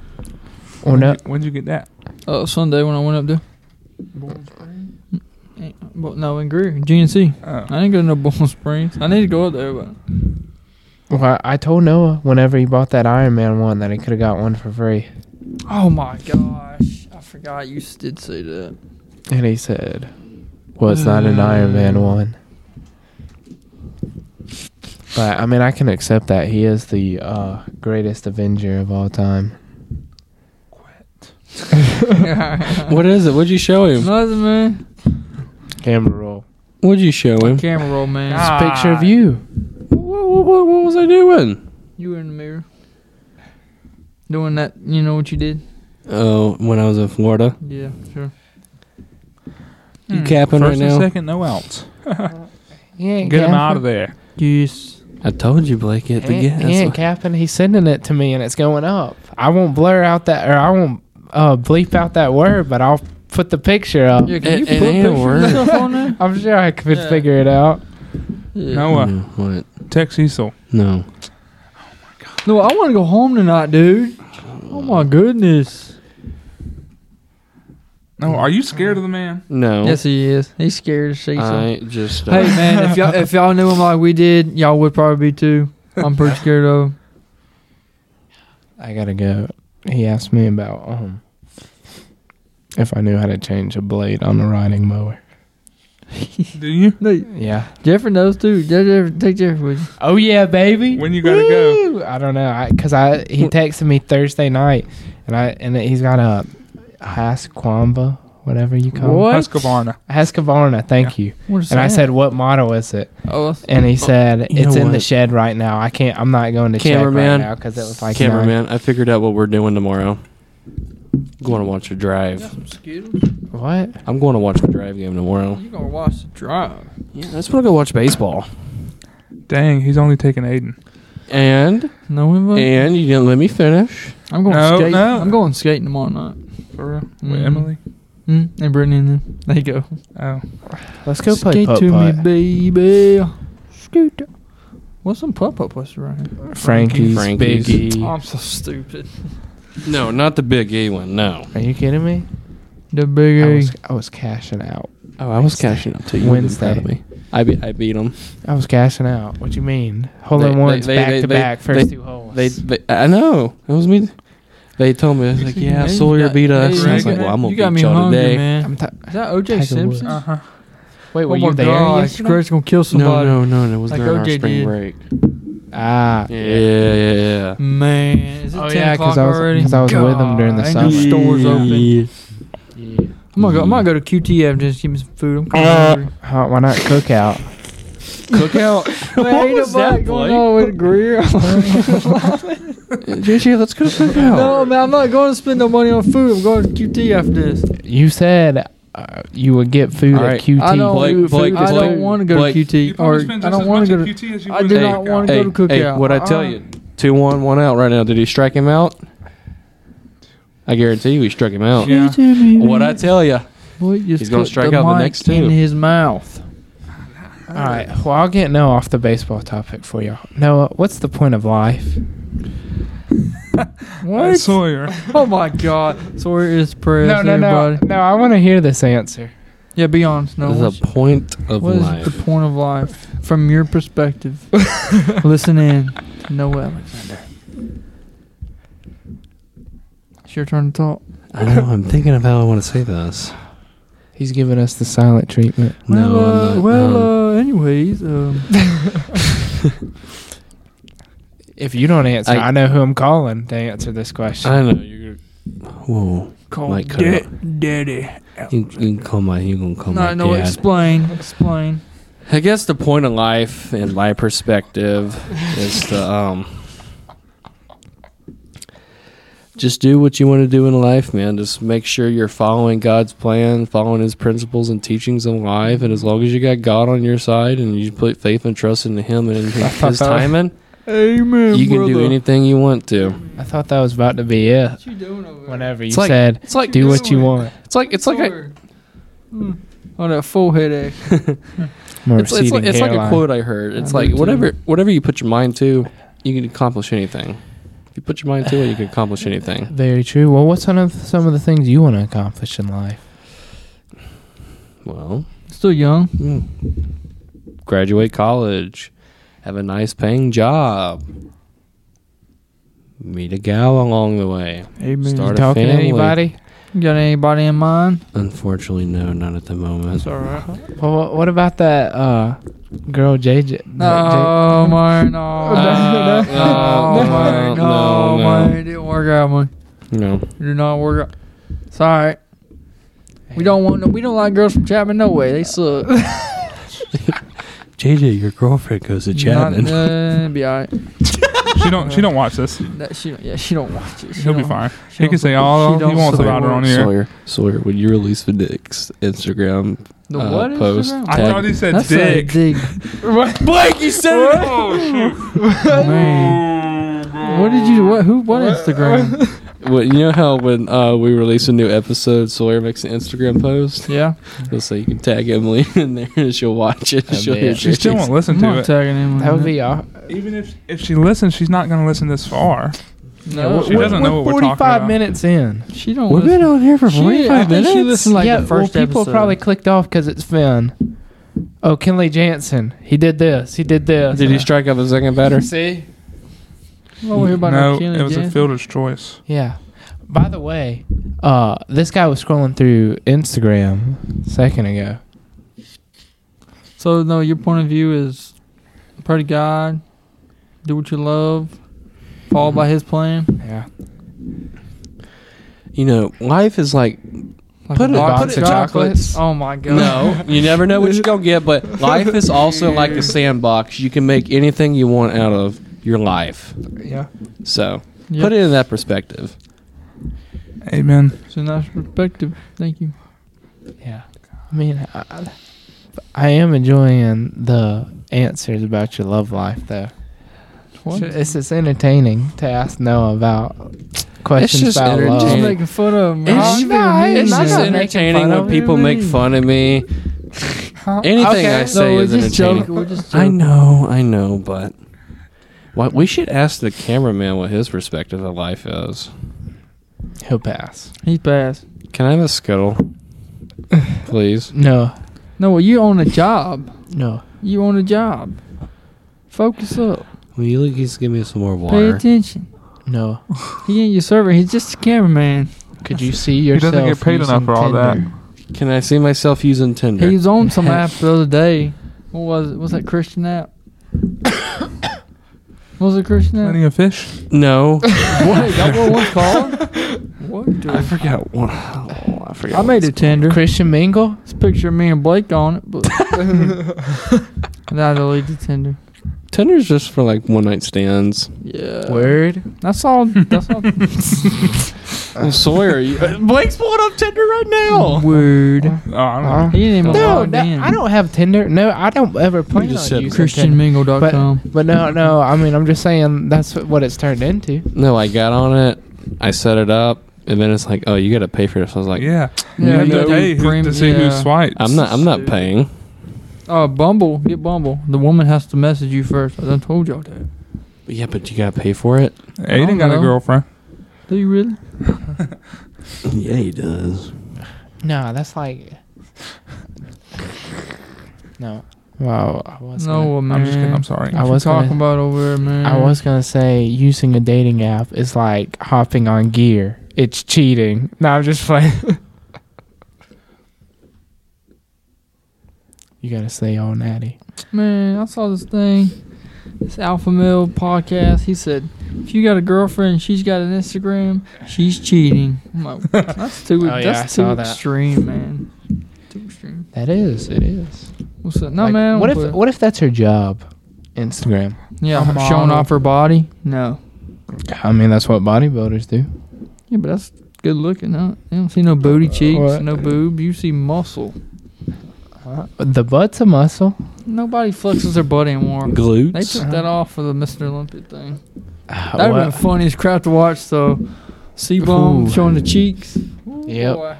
[SPEAKER 2] Or no?
[SPEAKER 3] When'd you get that?
[SPEAKER 4] Uh, Sunday when I went up there. Ain't- But no, in Greer, GNC.
[SPEAKER 3] Oh.
[SPEAKER 4] I didn't go to no Bowling Springs. I need to go up there, but
[SPEAKER 2] Well, I told Noah whenever he bought that Iron Man one that he could have got one for free.
[SPEAKER 4] oh my gosh, I forgot you s- did say that.
[SPEAKER 2] And he said, Well, it's not an Iron
[SPEAKER 1] Uh.
[SPEAKER 2] Man one. But I mean, I can accept that. He is the uh, greatest Avenger of all time.
[SPEAKER 1] What is it? What'd you show him?
[SPEAKER 4] Nothing, man.
[SPEAKER 2] Camera roll.
[SPEAKER 1] What'd you show him?
[SPEAKER 4] Camera roll, man.
[SPEAKER 2] It's a picture of
[SPEAKER 3] God.
[SPEAKER 2] you.
[SPEAKER 1] What, what, what, what was I doing?
[SPEAKER 4] You were in the mirror doing that. You know what you did?
[SPEAKER 1] Oh, when I was in Florida,
[SPEAKER 4] Yeah, sure.
[SPEAKER 1] You
[SPEAKER 3] Hmm.
[SPEAKER 1] capping
[SPEAKER 3] First
[SPEAKER 1] right now?
[SPEAKER 3] and second, no outs.
[SPEAKER 2] He ain't
[SPEAKER 3] Get him
[SPEAKER 2] capping.
[SPEAKER 3] out of there.
[SPEAKER 4] Yes.
[SPEAKER 1] I told you, Blake, at the
[SPEAKER 2] He ain't-
[SPEAKER 1] gas.
[SPEAKER 2] he ain't capping. He's sending it to me, and it's going up. I won't blur out that, or I won't uh, bleep out that word, but I'll put the picture up.
[SPEAKER 4] Yeah,
[SPEAKER 1] It-
[SPEAKER 4] can you
[SPEAKER 1] it
[SPEAKER 4] put
[SPEAKER 1] ain't a
[SPEAKER 4] pictures of
[SPEAKER 1] word.
[SPEAKER 4] yourself on there?
[SPEAKER 2] I'm sure I could
[SPEAKER 4] Yeah.
[SPEAKER 2] figure it out.
[SPEAKER 4] Yeah. Mm-hmm.
[SPEAKER 3] Noah,
[SPEAKER 1] No, what?
[SPEAKER 3] text Cecil.
[SPEAKER 1] No.
[SPEAKER 4] No, I want to go home tonight, dude. Oh my goodness.
[SPEAKER 3] No, are you scared of the man?
[SPEAKER 2] Oh.
[SPEAKER 1] No.
[SPEAKER 4] Yes, he is. He's scared as shit.
[SPEAKER 1] I just.
[SPEAKER 4] Hey
[SPEAKER 1] Uh,
[SPEAKER 4] man, if y'all if y'all knew him like we did, y'all would probably be too. I'm pretty scared of. him.
[SPEAKER 2] I gotta go. He asked me about um if I knew how to change a blade on a riding mower.
[SPEAKER 3] Do you?
[SPEAKER 4] No,
[SPEAKER 2] Yeah.
[SPEAKER 4] Jeffrey knows too. Je- Jeff- Take Jeffrey with you.
[SPEAKER 2] Oh yeah, baby.
[SPEAKER 3] When you gotta go?
[SPEAKER 2] Woo! I don't know. I cause I he texted me Thursday night, and I and he's got a Husqvarna, whatever you call
[SPEAKER 4] What?
[SPEAKER 3] Husqvarna.
[SPEAKER 2] it. Husqvarna. Thank you.
[SPEAKER 4] What is
[SPEAKER 2] And I
[SPEAKER 4] that?
[SPEAKER 2] said, what model is it?
[SPEAKER 4] oh, that's-
[SPEAKER 2] And he said,
[SPEAKER 1] You
[SPEAKER 2] it's
[SPEAKER 1] know
[SPEAKER 2] in the
[SPEAKER 1] what?
[SPEAKER 2] shed right now. I can't. I'm not going to
[SPEAKER 1] Cameraman.
[SPEAKER 2] check right now because it was like nine-
[SPEAKER 1] cameraman, I figured out what we're doing tomorrow. I'm going to watch a drive.
[SPEAKER 2] What?
[SPEAKER 1] I'm going to watch a drive game tomorrow.
[SPEAKER 4] You gonna watch the drive?
[SPEAKER 1] Yeah, that's when I go watch baseball.
[SPEAKER 3] Dang, he's only taking Aiden.
[SPEAKER 1] And
[SPEAKER 4] No, we won't.
[SPEAKER 1] and you didn't let me finish.
[SPEAKER 4] I'm going
[SPEAKER 3] No,
[SPEAKER 4] skating.
[SPEAKER 3] no.
[SPEAKER 4] I'm going skating tomorrow night.
[SPEAKER 3] For real? With
[SPEAKER 4] Mhm.
[SPEAKER 3] Emily?
[SPEAKER 4] Mm, and Brittany and them. There you go.
[SPEAKER 3] Oh.
[SPEAKER 2] Let's go play
[SPEAKER 4] Skate to
[SPEAKER 2] putt-putt.
[SPEAKER 4] me, baby. Scoot. What's some putt putt place around here?
[SPEAKER 2] Frankie's,
[SPEAKER 1] Frankie's.
[SPEAKER 2] Biggie.
[SPEAKER 4] Oh, I'm so stupid.
[SPEAKER 1] No, not the big E one. No.
[SPEAKER 2] Are you kidding me?
[SPEAKER 4] The big
[SPEAKER 2] I
[SPEAKER 4] A.
[SPEAKER 2] was, I was cashing out.
[SPEAKER 1] Oh, I was cashing up to you.
[SPEAKER 2] Wednesday.
[SPEAKER 1] Proud of me. I beat I beat them.
[SPEAKER 2] I was cashing out. What you mean? Hole
[SPEAKER 1] They-
[SPEAKER 2] in
[SPEAKER 1] they-
[SPEAKER 2] ones
[SPEAKER 1] they-
[SPEAKER 2] back
[SPEAKER 1] they-
[SPEAKER 2] to
[SPEAKER 1] they-
[SPEAKER 2] back, first
[SPEAKER 1] they-
[SPEAKER 2] two holes.
[SPEAKER 1] They, they I know it was me. They told me I was like, yeah, Sawyer beat us. And I was like, well, I'm
[SPEAKER 4] You
[SPEAKER 1] gonna
[SPEAKER 4] got
[SPEAKER 1] beat
[SPEAKER 4] me
[SPEAKER 1] y'all
[SPEAKER 4] hungry,
[SPEAKER 1] today.
[SPEAKER 4] man.
[SPEAKER 2] I'm ta-
[SPEAKER 4] Is that OJ
[SPEAKER 2] Tiger Woods.
[SPEAKER 4] Simpson?
[SPEAKER 3] Uh huh.
[SPEAKER 2] Wait, were
[SPEAKER 4] oh
[SPEAKER 2] you
[SPEAKER 4] my
[SPEAKER 2] there
[SPEAKER 4] God,
[SPEAKER 2] yesterday?
[SPEAKER 4] Craig's gonna kill
[SPEAKER 1] No,
[SPEAKER 4] somebody.
[SPEAKER 1] no, no, no. It was
[SPEAKER 4] Like
[SPEAKER 1] during our
[SPEAKER 4] OJ
[SPEAKER 1] spring
[SPEAKER 4] did.
[SPEAKER 1] break.
[SPEAKER 2] Ah,
[SPEAKER 1] Yeah, yeah, yeah.
[SPEAKER 4] Man, is it
[SPEAKER 2] Oh,
[SPEAKER 4] 10
[SPEAKER 2] yeah, 'cause
[SPEAKER 4] o'clock
[SPEAKER 2] I was-
[SPEAKER 4] already?
[SPEAKER 2] 'cause I was with them during the
[SPEAKER 4] God,
[SPEAKER 2] summer.
[SPEAKER 4] ain't no stores open.
[SPEAKER 2] Yeah.
[SPEAKER 4] I'm gonna go. I'm gonna go to QTF and just give me some food. I'm kinda
[SPEAKER 2] Uh,
[SPEAKER 4] hungry.
[SPEAKER 2] Huh, why not cook out?
[SPEAKER 1] Cookout.
[SPEAKER 4] Man, ain't nobody going on with a grill.
[SPEAKER 1] JJ, let's go to cookout.
[SPEAKER 4] no, man, I'm not going to spend no money on food. I'm going to QT after this.
[SPEAKER 2] You said uh, you would get food
[SPEAKER 1] All right.
[SPEAKER 2] at QT.
[SPEAKER 4] I don't,
[SPEAKER 1] Blake,
[SPEAKER 4] do
[SPEAKER 1] Blake,
[SPEAKER 4] food. I
[SPEAKER 1] Blake,
[SPEAKER 4] don't want to go
[SPEAKER 1] Blake.
[SPEAKER 4] to QT. Or I don't want to go to.
[SPEAKER 3] QT as
[SPEAKER 4] I do
[SPEAKER 1] Hey,
[SPEAKER 4] not want to
[SPEAKER 1] hey,
[SPEAKER 4] go to cookout.
[SPEAKER 1] hey, what I tell
[SPEAKER 4] Uh-uh.
[SPEAKER 1] you, two one one out right now. Did he strike him out? I guarantee you, he struck him out.
[SPEAKER 3] Yeah.
[SPEAKER 1] What I tell you,
[SPEAKER 4] Boy, you
[SPEAKER 1] He's gonna
[SPEAKER 4] put
[SPEAKER 1] strike out the
[SPEAKER 4] mic
[SPEAKER 1] next two.
[SPEAKER 4] in his mouth.
[SPEAKER 2] All right. Well, I'll get Noah off the baseball topic for y'all. Noah, what's the point of life?
[SPEAKER 3] Uh,
[SPEAKER 4] What?
[SPEAKER 3] Sawyer.
[SPEAKER 4] oh my God! Sawyer is prayers.
[SPEAKER 2] no, no, no,
[SPEAKER 4] everybody.
[SPEAKER 2] no. I want to hear this answer.
[SPEAKER 4] Yeah, be honest. No,
[SPEAKER 1] the
[SPEAKER 4] what's,
[SPEAKER 1] point of
[SPEAKER 4] what is
[SPEAKER 1] life.
[SPEAKER 4] the point of life from your perspective? Listen in, to Noah Alexander. It's your turn to talk.
[SPEAKER 1] I know. I'm thinking of how I want to say this.
[SPEAKER 2] He's giving us the silent treatment.
[SPEAKER 1] No,
[SPEAKER 4] Well, uh,
[SPEAKER 1] I'm not.
[SPEAKER 4] well,
[SPEAKER 1] um,
[SPEAKER 4] uh, anyways, um,
[SPEAKER 2] If you don't answer,
[SPEAKER 1] I-
[SPEAKER 2] I, know who I'm calling to answer this question.
[SPEAKER 1] um, I know you're. Whoa,
[SPEAKER 4] call
[SPEAKER 1] Mike, cut it
[SPEAKER 4] Dad- daddy.
[SPEAKER 1] you, you can call my. You can call
[SPEAKER 4] No,
[SPEAKER 1] my
[SPEAKER 4] no,
[SPEAKER 1] dad.
[SPEAKER 4] explain, explain.
[SPEAKER 1] I guess the point of life, in my perspective, is to um, just do what you want to do in life, man. Just make sure you're following God's plan, following His principles and teachings in life. And as long as you got God on your side and you put faith and trust into Him and in His timing,
[SPEAKER 4] Amen,
[SPEAKER 1] you can do anything you want to.
[SPEAKER 2] I thought that was about to be it.
[SPEAKER 4] What you doing over
[SPEAKER 2] Whenever you
[SPEAKER 1] It's like-
[SPEAKER 2] said,
[SPEAKER 1] It's like
[SPEAKER 2] do what you want.
[SPEAKER 1] It's like it's like a,
[SPEAKER 3] Hmm.
[SPEAKER 4] on eh? that full headache.
[SPEAKER 2] More
[SPEAKER 1] it's, it's like
[SPEAKER 2] receding
[SPEAKER 1] it's like a
[SPEAKER 2] hairline.
[SPEAKER 1] quote I heard. It's
[SPEAKER 4] I do
[SPEAKER 1] like
[SPEAKER 4] too.
[SPEAKER 1] whatever whatever you put your mind to, you can accomplish anything. If you put your mind to it, you can accomplish anything.
[SPEAKER 2] Very true. Well, what's some of some of the things you want to accomplish in life?
[SPEAKER 1] Well,
[SPEAKER 4] Still young.
[SPEAKER 1] hmm. graduate college, have a nice paying job, meet a gal along the way.
[SPEAKER 4] Amen.
[SPEAKER 1] Start
[SPEAKER 2] You
[SPEAKER 1] a
[SPEAKER 2] talking to
[SPEAKER 1] family.
[SPEAKER 2] anybody?
[SPEAKER 4] You got anybody in mind?
[SPEAKER 1] Unfortunately, no, not at the moment.
[SPEAKER 4] It's all right.
[SPEAKER 2] Well, what- what about that uh, girl JJ?
[SPEAKER 4] No, man, no,
[SPEAKER 2] No, no,
[SPEAKER 4] no, no,
[SPEAKER 1] no, no,
[SPEAKER 4] man, no,
[SPEAKER 1] no.
[SPEAKER 4] man, it didn't work out, man.
[SPEAKER 1] No,
[SPEAKER 4] It did not work out. It's all right. We don't want no. We don't like girls from Chapman. No way. They suck.
[SPEAKER 1] JJ, your girlfriend goes to
[SPEAKER 4] Not, uh, it'd be all right.
[SPEAKER 3] she don't. She don't watch this.
[SPEAKER 4] That she, yeah, she don't watch it. She
[SPEAKER 3] He'll be
[SPEAKER 4] don't-
[SPEAKER 3] fine.
[SPEAKER 4] she
[SPEAKER 3] He
[SPEAKER 4] don't
[SPEAKER 3] can say
[SPEAKER 4] support-
[SPEAKER 3] all
[SPEAKER 4] she
[SPEAKER 3] he
[SPEAKER 4] don't
[SPEAKER 3] wants
[SPEAKER 4] support-
[SPEAKER 3] about her on here.
[SPEAKER 1] Sawyer, Sawyer, would you release the Nick's Instagram
[SPEAKER 4] The
[SPEAKER 1] uh,
[SPEAKER 4] what
[SPEAKER 1] post?
[SPEAKER 4] Instagram?
[SPEAKER 3] I
[SPEAKER 1] Tag-
[SPEAKER 3] thought he said
[SPEAKER 4] That's
[SPEAKER 3] dick.
[SPEAKER 4] a dig.
[SPEAKER 1] Blake, you said it.
[SPEAKER 3] Oh shoot!
[SPEAKER 4] Man. What did you? What? Who? What Instagram?
[SPEAKER 1] Well, you know how when uh, we release a new episode, Sawyer makes an Instagram post.
[SPEAKER 4] Yeah,
[SPEAKER 1] He'll say you can tag Emily in there, and she'll watch it.
[SPEAKER 2] I
[SPEAKER 1] she'll
[SPEAKER 2] bet.
[SPEAKER 1] hear
[SPEAKER 3] She still
[SPEAKER 1] Jake's-
[SPEAKER 3] won't listen
[SPEAKER 4] I'm
[SPEAKER 3] to
[SPEAKER 4] not
[SPEAKER 3] it.
[SPEAKER 4] tagging him.
[SPEAKER 2] That would be all.
[SPEAKER 3] Even if if she listens, she's not going to listen this far.
[SPEAKER 4] no.
[SPEAKER 3] She doesn't know what we're talking about.
[SPEAKER 2] minutes in.
[SPEAKER 4] She don't.
[SPEAKER 1] We've been
[SPEAKER 4] listen.
[SPEAKER 1] on here for
[SPEAKER 4] She- I
[SPEAKER 1] forty-five
[SPEAKER 4] think
[SPEAKER 1] minutes.
[SPEAKER 4] she listened like
[SPEAKER 2] yeah,
[SPEAKER 4] the first
[SPEAKER 2] well, people
[SPEAKER 4] episode.
[SPEAKER 2] probably clicked off because it's Finn. Oh, Kenley Jansen. He did this. He did this.
[SPEAKER 1] Did he strike up a second batter?
[SPEAKER 2] See?
[SPEAKER 4] I'm over here about
[SPEAKER 3] No,
[SPEAKER 4] Keanu
[SPEAKER 3] it was a
[SPEAKER 4] Jensen.
[SPEAKER 3] fielder's choice.
[SPEAKER 2] Yeah. By the way, uh, this guy was scrolling through Instagram a second ago.
[SPEAKER 4] So no, your point of view is pray to God, do what you love, fall by His plan.
[SPEAKER 2] Yeah.
[SPEAKER 1] You know, life is like
[SPEAKER 4] Like
[SPEAKER 1] Put
[SPEAKER 4] a
[SPEAKER 1] it-
[SPEAKER 4] box
[SPEAKER 1] put
[SPEAKER 4] of
[SPEAKER 1] it-
[SPEAKER 4] chocolates. Oh my God!
[SPEAKER 1] no. You never know what you're gonna get, but life is also like a sandbox. You can make anything you want out of your life.
[SPEAKER 2] Yeah.
[SPEAKER 1] So
[SPEAKER 4] Yep.
[SPEAKER 1] put it in that perspective.
[SPEAKER 3] Amen.
[SPEAKER 4] It's a nice perspective. Thank you.
[SPEAKER 2] Yeah. I mean, I, I am enjoying the answers about your love life, though.
[SPEAKER 4] What?
[SPEAKER 2] It's, it's entertaining to ask Noah about questions
[SPEAKER 1] just
[SPEAKER 2] about
[SPEAKER 4] Just
[SPEAKER 1] entertaining.
[SPEAKER 2] love.
[SPEAKER 4] making fun of him.
[SPEAKER 2] It's-
[SPEAKER 4] Huh?
[SPEAKER 2] no,
[SPEAKER 4] Even
[SPEAKER 1] It's
[SPEAKER 2] not
[SPEAKER 4] mean.
[SPEAKER 1] just
[SPEAKER 2] making
[SPEAKER 1] entertaining
[SPEAKER 2] fun
[SPEAKER 1] when
[SPEAKER 2] of
[SPEAKER 1] people
[SPEAKER 4] you.
[SPEAKER 1] make fun of me. Anything
[SPEAKER 2] Okay.
[SPEAKER 1] I
[SPEAKER 2] No,
[SPEAKER 1] say
[SPEAKER 4] we're
[SPEAKER 1] is
[SPEAKER 4] just
[SPEAKER 1] entertaining.
[SPEAKER 4] joking. We're just
[SPEAKER 1] I
[SPEAKER 4] joking.
[SPEAKER 1] know, I know, but what we should ask the cameraman what his perspective of life is.
[SPEAKER 2] He'll pass.
[SPEAKER 4] He's fast.
[SPEAKER 1] Can I have a scuttle, please?
[SPEAKER 2] No.
[SPEAKER 4] No, well, you own a job.
[SPEAKER 2] No.
[SPEAKER 4] You own a job. Focus up.
[SPEAKER 1] Will you please give me some more
[SPEAKER 4] Pay
[SPEAKER 1] water?
[SPEAKER 4] attention.
[SPEAKER 2] No.
[SPEAKER 4] He ain't your server. He's just a cameraman.
[SPEAKER 2] Could you see
[SPEAKER 3] He doesn't
[SPEAKER 2] yourself?
[SPEAKER 3] get paid enough
[SPEAKER 2] using
[SPEAKER 3] for all that.
[SPEAKER 2] Tinder?
[SPEAKER 1] Can I see myself using Tinder?
[SPEAKER 4] He was on some app the other day. What was it? What's that Christian app? what was the Christian app?
[SPEAKER 3] Plenty of fish.
[SPEAKER 1] no,
[SPEAKER 4] What? Is that what it was called? What?
[SPEAKER 1] I
[SPEAKER 4] The?
[SPEAKER 1] forgot. What, oh, I forgot.
[SPEAKER 4] I made
[SPEAKER 1] what
[SPEAKER 4] a Tinder.
[SPEAKER 2] Christian Mingle?
[SPEAKER 4] It's a picture of me and Blake on it, but and I deleted Tinder.
[SPEAKER 1] Tinder's just for like one night stands.
[SPEAKER 4] Yeah.
[SPEAKER 2] Word?
[SPEAKER 4] That's all. That's all.
[SPEAKER 1] Well, Sawyer, you, uh, Blake's pulling up Tinder right now.
[SPEAKER 4] Word.
[SPEAKER 3] Oh, I don't know.
[SPEAKER 4] He didn't even
[SPEAKER 2] No,
[SPEAKER 4] log
[SPEAKER 2] no
[SPEAKER 4] in.
[SPEAKER 2] I don't have Tinder. No, I don't ever plan
[SPEAKER 1] just
[SPEAKER 2] on
[SPEAKER 1] said
[SPEAKER 2] using Tinder.
[SPEAKER 4] ChristianMingle.com.
[SPEAKER 2] But no, no. I mean, I'm just saying that's what it's turned into.
[SPEAKER 1] No, I got on it. I set it up, and then it's like, oh, you got to pay for this. I was like,
[SPEAKER 3] yeah.
[SPEAKER 4] Yeah,
[SPEAKER 3] You have
[SPEAKER 1] no,
[SPEAKER 3] to pay who-
[SPEAKER 4] prim-
[SPEAKER 3] to see who
[SPEAKER 4] yeah.
[SPEAKER 3] swipes.
[SPEAKER 1] I'm not. I'm not paying.
[SPEAKER 4] Oh, Bumble. Get Bumble. The woman has to message you first. I done told y'all that.
[SPEAKER 1] Yeah, but you gotta pay for it.
[SPEAKER 3] Aiden got a
[SPEAKER 4] know.
[SPEAKER 3] girlfriend.
[SPEAKER 4] Do you really?
[SPEAKER 1] Yeah, he does.
[SPEAKER 2] No, that's like. No. Wow. I was
[SPEAKER 4] No, man.
[SPEAKER 3] I'm just kidding. I'm sorry.
[SPEAKER 2] I
[SPEAKER 4] I
[SPEAKER 2] was
[SPEAKER 4] was
[SPEAKER 2] gonna-
[SPEAKER 4] talking about over there, man.
[SPEAKER 2] I was gonna say using a dating app is like hopping on gear. It's cheating. No, I'm just playing. you gotta stay all natty.
[SPEAKER 4] Man, I saw this thing. This Alpha Male podcast. He said, if you got a girlfriend, she's got an Instagram, she's cheating. I'm like, that's too,
[SPEAKER 2] Oh, yeah, I
[SPEAKER 4] that's
[SPEAKER 2] saw
[SPEAKER 4] too
[SPEAKER 2] that.
[SPEAKER 4] extreme, man. Too extreme.
[SPEAKER 2] That is. It is.
[SPEAKER 4] What's up? No,
[SPEAKER 2] Like,
[SPEAKER 4] man. I
[SPEAKER 2] What
[SPEAKER 4] don't
[SPEAKER 2] if
[SPEAKER 4] play-
[SPEAKER 2] What if that's her job? Instagram.
[SPEAKER 4] yeah,
[SPEAKER 3] I'm
[SPEAKER 4] showing
[SPEAKER 3] model.
[SPEAKER 4] off her body? No.
[SPEAKER 2] I mean, that's what bodybuilders do.
[SPEAKER 4] Yeah, but that's good looking, huh? You don't see no booty cheeks,
[SPEAKER 2] what?
[SPEAKER 4] no boob. You see muscle.
[SPEAKER 2] The butt's a muscle.
[SPEAKER 4] Nobody flexes their butt anymore.
[SPEAKER 1] Glutes.
[SPEAKER 4] They took that off for the Mr. Olympic thing.
[SPEAKER 2] Uh,
[SPEAKER 4] That would
[SPEAKER 2] well,
[SPEAKER 4] have been funny as crap to watch, though.
[SPEAKER 2] Ooh.
[SPEAKER 4] C-Bone showing the cheeks. Ooh,
[SPEAKER 2] Yep.
[SPEAKER 4] boy.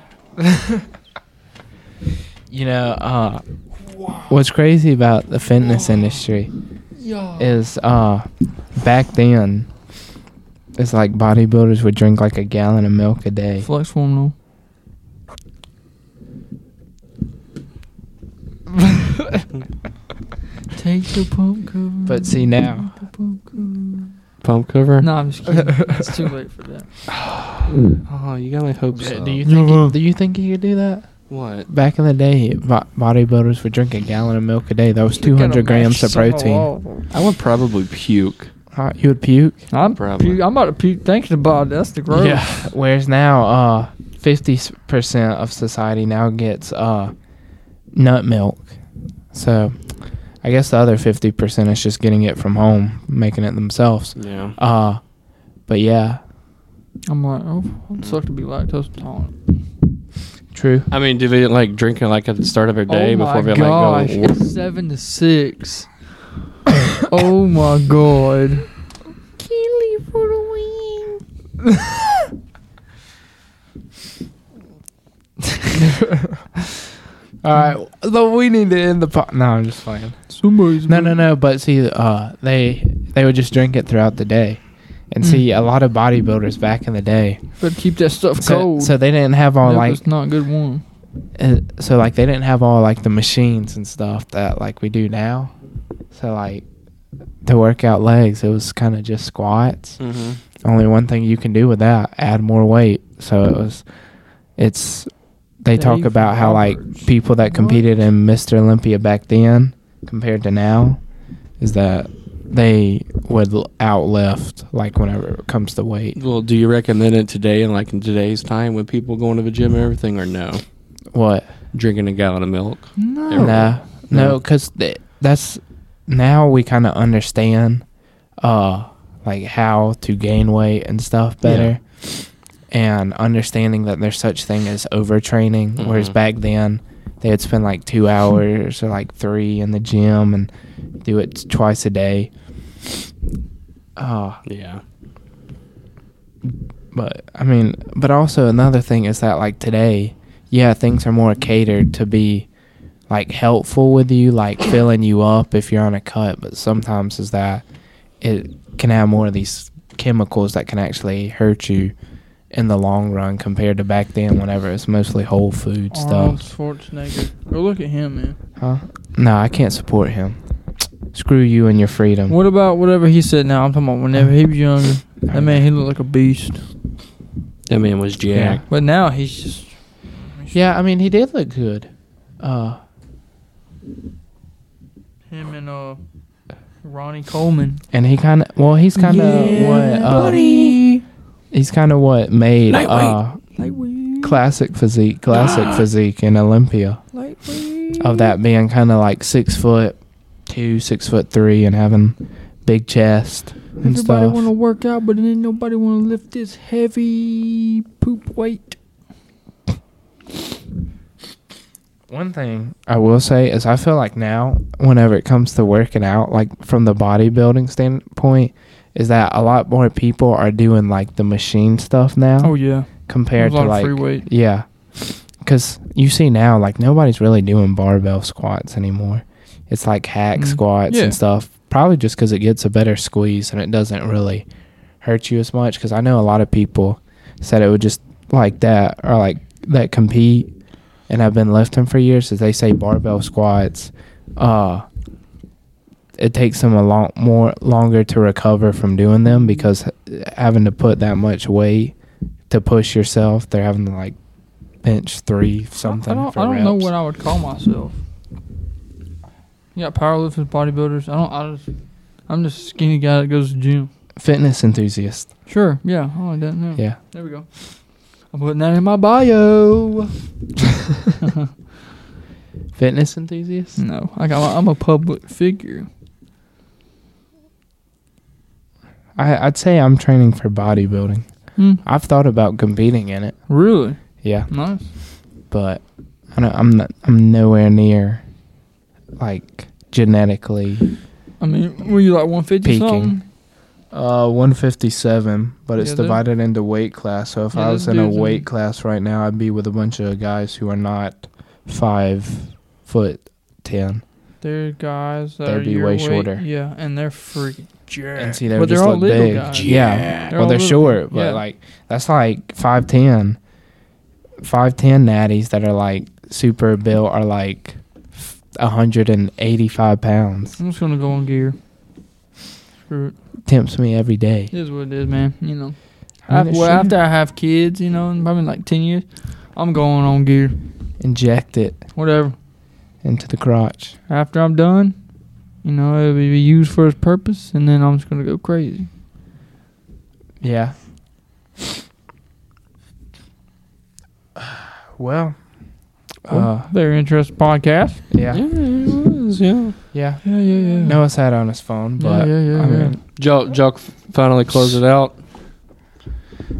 [SPEAKER 2] You know, uh, what's crazy about the fitness industry
[SPEAKER 4] Yeah.
[SPEAKER 2] is uh, back then, it's like bodybuilders would drink like a gallon of milk a day.
[SPEAKER 4] Flex form, though. Take the pump cover.
[SPEAKER 2] But see now,
[SPEAKER 4] Take the pump cover.
[SPEAKER 1] Pump cover.
[SPEAKER 4] No, I'm just kidding. it's too late for that.
[SPEAKER 1] Oh, you got my hopes up.
[SPEAKER 2] do you think you, do you think you could do that?
[SPEAKER 1] what?
[SPEAKER 2] Back in the day, bo- bodybuilders would drink a gallon of milk a day. That was 200 grams of protein.
[SPEAKER 1] I would probably puke.
[SPEAKER 2] Uh, you would puke.
[SPEAKER 4] I'm
[SPEAKER 1] Probably.
[SPEAKER 4] puke- I'm about to puke thinking about it. That's the gross.
[SPEAKER 2] Yeah. Whereas now, uh, 50% of society now gets uh, nut milk. So I guess the other 50% is just getting it from home, making it themselves.
[SPEAKER 1] Yeah.
[SPEAKER 2] Uh, but yeah,
[SPEAKER 4] I'm like, oh, it'd suck to be lactose intolerant.
[SPEAKER 2] true.
[SPEAKER 1] I mean, do they didn't like drinking like at the start of their day
[SPEAKER 4] oh
[SPEAKER 1] before
[SPEAKER 4] my
[SPEAKER 1] they
[SPEAKER 4] gosh,
[SPEAKER 1] like go?
[SPEAKER 4] seven to six. oh my god.
[SPEAKER 2] All right, though we need to end the pot. No, I'm just playing.
[SPEAKER 4] Somebody's
[SPEAKER 2] No, no, no. But see, uh, they they would just drink it throughout the day, and
[SPEAKER 4] Mm.
[SPEAKER 2] see a lot of bodybuilders back in the day.
[SPEAKER 4] But keep that stuff
[SPEAKER 2] So,
[SPEAKER 4] cold.
[SPEAKER 2] so they didn't have all
[SPEAKER 4] Nope,
[SPEAKER 2] like
[SPEAKER 4] it's not good warm.
[SPEAKER 2] uh, so like they didn't have all like the machines and stuff that like we do now. So like to work out legs, it was kind of just squats.
[SPEAKER 1] Mm-hmm.
[SPEAKER 2] Only one thing you can do with that, add more weight. So it was, it's. They talk
[SPEAKER 4] Dave
[SPEAKER 2] about how
[SPEAKER 4] Roberts.
[SPEAKER 2] like people that competed
[SPEAKER 4] What?
[SPEAKER 2] in Mr. Olympia back then compared to now, is that they would l- outlift like whenever it comes to weight.
[SPEAKER 1] Well, do you recommend it today and like in today's time when people going to the gym and everything, or no?
[SPEAKER 2] What?
[SPEAKER 1] Drinking a gallon of milk.
[SPEAKER 4] No.
[SPEAKER 1] Everyone.
[SPEAKER 2] No, no,
[SPEAKER 1] No.
[SPEAKER 2] because th- that's now we kind of understand, uh, like how to gain weight and stuff better, and understanding that there's such thing as overtraining. Whereas
[SPEAKER 1] Mhm.
[SPEAKER 2] back then, they would spend like two hours or like three in the gym and do it twice a day. Uh,
[SPEAKER 1] Yeah.
[SPEAKER 2] but I mean, but also another thing is that like today, yeah, things are more catered to be like helpful with you, like filling you up if you're on a cut. But sometimes is that it can have more of these chemicals that can actually hurt you in the long run compared to back then whenever it's mostly whole food
[SPEAKER 4] Arnold
[SPEAKER 2] stuff.
[SPEAKER 4] Schwarzenegger. Oh, look at him, man.
[SPEAKER 2] Huh? No, I can't support him. Screw you and your freedom.
[SPEAKER 4] What about whatever he said now? I'm talking about whenever he was younger. That man, he looked like a beast.
[SPEAKER 1] That man was jacked.
[SPEAKER 4] But now he's just.
[SPEAKER 2] Yeah, I mean he did look good. Uh
[SPEAKER 4] Him and uh, Ronnie Coleman.
[SPEAKER 2] And he kind of well, he's kind of what uh, he's kind of what made uh, classic physique, classic physique in Olympia of that being kind of like six foot two, six foot three, and having big chest and
[SPEAKER 4] Everybody
[SPEAKER 2] stuff.
[SPEAKER 4] want to work out, but then nobody want to lift this heavy poop weight.
[SPEAKER 2] One thing I will say is I feel like now, whenever it comes to working out, like from the bodybuilding standpoint, is that a lot more people are doing like the machine stuff now
[SPEAKER 4] Oh yeah,
[SPEAKER 2] compared
[SPEAKER 4] There's a lot
[SPEAKER 2] to like
[SPEAKER 4] of free weight.
[SPEAKER 2] Yeah. Because you see now, like, nobody's really doing barbell squats anymore. It's like hack
[SPEAKER 4] Mhm.
[SPEAKER 2] squats
[SPEAKER 4] Yeah.
[SPEAKER 2] and stuff. Probably just because it gets a better squeeze and it doesn't really hurt you as much. Because I know a lot of people said it would just like that or like that compete. And I've been lifting for years is they say barbell squats. Uh, it takes them a lot more longer to recover from doing them because having to put that much weight to push yourself, they're having to like bench three something.
[SPEAKER 4] I don't,
[SPEAKER 2] for
[SPEAKER 4] I don't know
[SPEAKER 2] reps.
[SPEAKER 4] what I would call myself. You got powerlifters, bodybuilders. I don't. I just. I'm just a skinny guy that goes to the gym.
[SPEAKER 2] fitness enthusiast.
[SPEAKER 4] Sure. Yeah. I like that. Yeah.
[SPEAKER 2] Yeah.
[SPEAKER 4] There we go. I'm putting that in my bio.
[SPEAKER 2] Fitness enthusiast?
[SPEAKER 4] No, I got. I'm a public figure.
[SPEAKER 2] I, I'd say I'm training for bodybuilding.
[SPEAKER 4] Hmm.
[SPEAKER 2] I've thought about competing in it.
[SPEAKER 4] Really
[SPEAKER 2] Yeah.
[SPEAKER 4] nice.
[SPEAKER 2] But I don't I'm not I'm nowhere near like genetically
[SPEAKER 4] I mean, were you like 150
[SPEAKER 2] Peaking.
[SPEAKER 4] something?
[SPEAKER 2] Uh, 157, but it's
[SPEAKER 4] Yeah, there-
[SPEAKER 2] divided into weight class. So if
[SPEAKER 4] Yeah,
[SPEAKER 2] I was
[SPEAKER 4] there's
[SPEAKER 2] in a
[SPEAKER 4] dudes in-
[SPEAKER 2] weight class right now, I'd be with a bunch of guys who are not five foot ten.
[SPEAKER 4] They're guys that
[SPEAKER 2] They'd
[SPEAKER 4] are
[SPEAKER 2] be
[SPEAKER 4] your
[SPEAKER 2] way
[SPEAKER 4] weight.
[SPEAKER 2] shorter.
[SPEAKER 4] Yeah, and they're freaking jacked.
[SPEAKER 2] And see, they
[SPEAKER 4] But
[SPEAKER 2] would
[SPEAKER 4] they're
[SPEAKER 2] just
[SPEAKER 4] all
[SPEAKER 2] look
[SPEAKER 4] little
[SPEAKER 2] big.
[SPEAKER 4] guys.
[SPEAKER 2] Yeah.
[SPEAKER 4] They're
[SPEAKER 2] well,
[SPEAKER 4] all
[SPEAKER 2] they're
[SPEAKER 4] little.
[SPEAKER 2] short, but
[SPEAKER 4] Yeah.
[SPEAKER 2] like that's like five ten. Five ten natties that are like super built are like hundred and eighty five pounds.
[SPEAKER 4] I'm just gonna go on gear. Screw it.
[SPEAKER 2] Tempts me every day.
[SPEAKER 4] It is what it is, man. You know.
[SPEAKER 2] I
[SPEAKER 4] After,
[SPEAKER 2] mean,
[SPEAKER 4] well,
[SPEAKER 2] sure.
[SPEAKER 4] after I have kids, you know, in probably like 10 years, I'm going on gear.
[SPEAKER 2] Inject it
[SPEAKER 4] Whatever.
[SPEAKER 2] into the crotch.
[SPEAKER 4] After I'm done, you know, it'll be used for its purpose, and then I'm just gonna go crazy.
[SPEAKER 2] Yeah. Well,
[SPEAKER 4] Well,
[SPEAKER 2] uh,
[SPEAKER 4] very interesting podcast.
[SPEAKER 2] Uh, yeah.
[SPEAKER 1] it was. Falcons. Yeah.
[SPEAKER 2] Yeah.
[SPEAKER 4] Yeah, yeah, yeah.
[SPEAKER 2] Noah's had on his phone, but
[SPEAKER 4] yeah, yeah,
[SPEAKER 2] I
[SPEAKER 4] yeah.
[SPEAKER 2] mean,
[SPEAKER 1] Jock, Jock finally closed it out.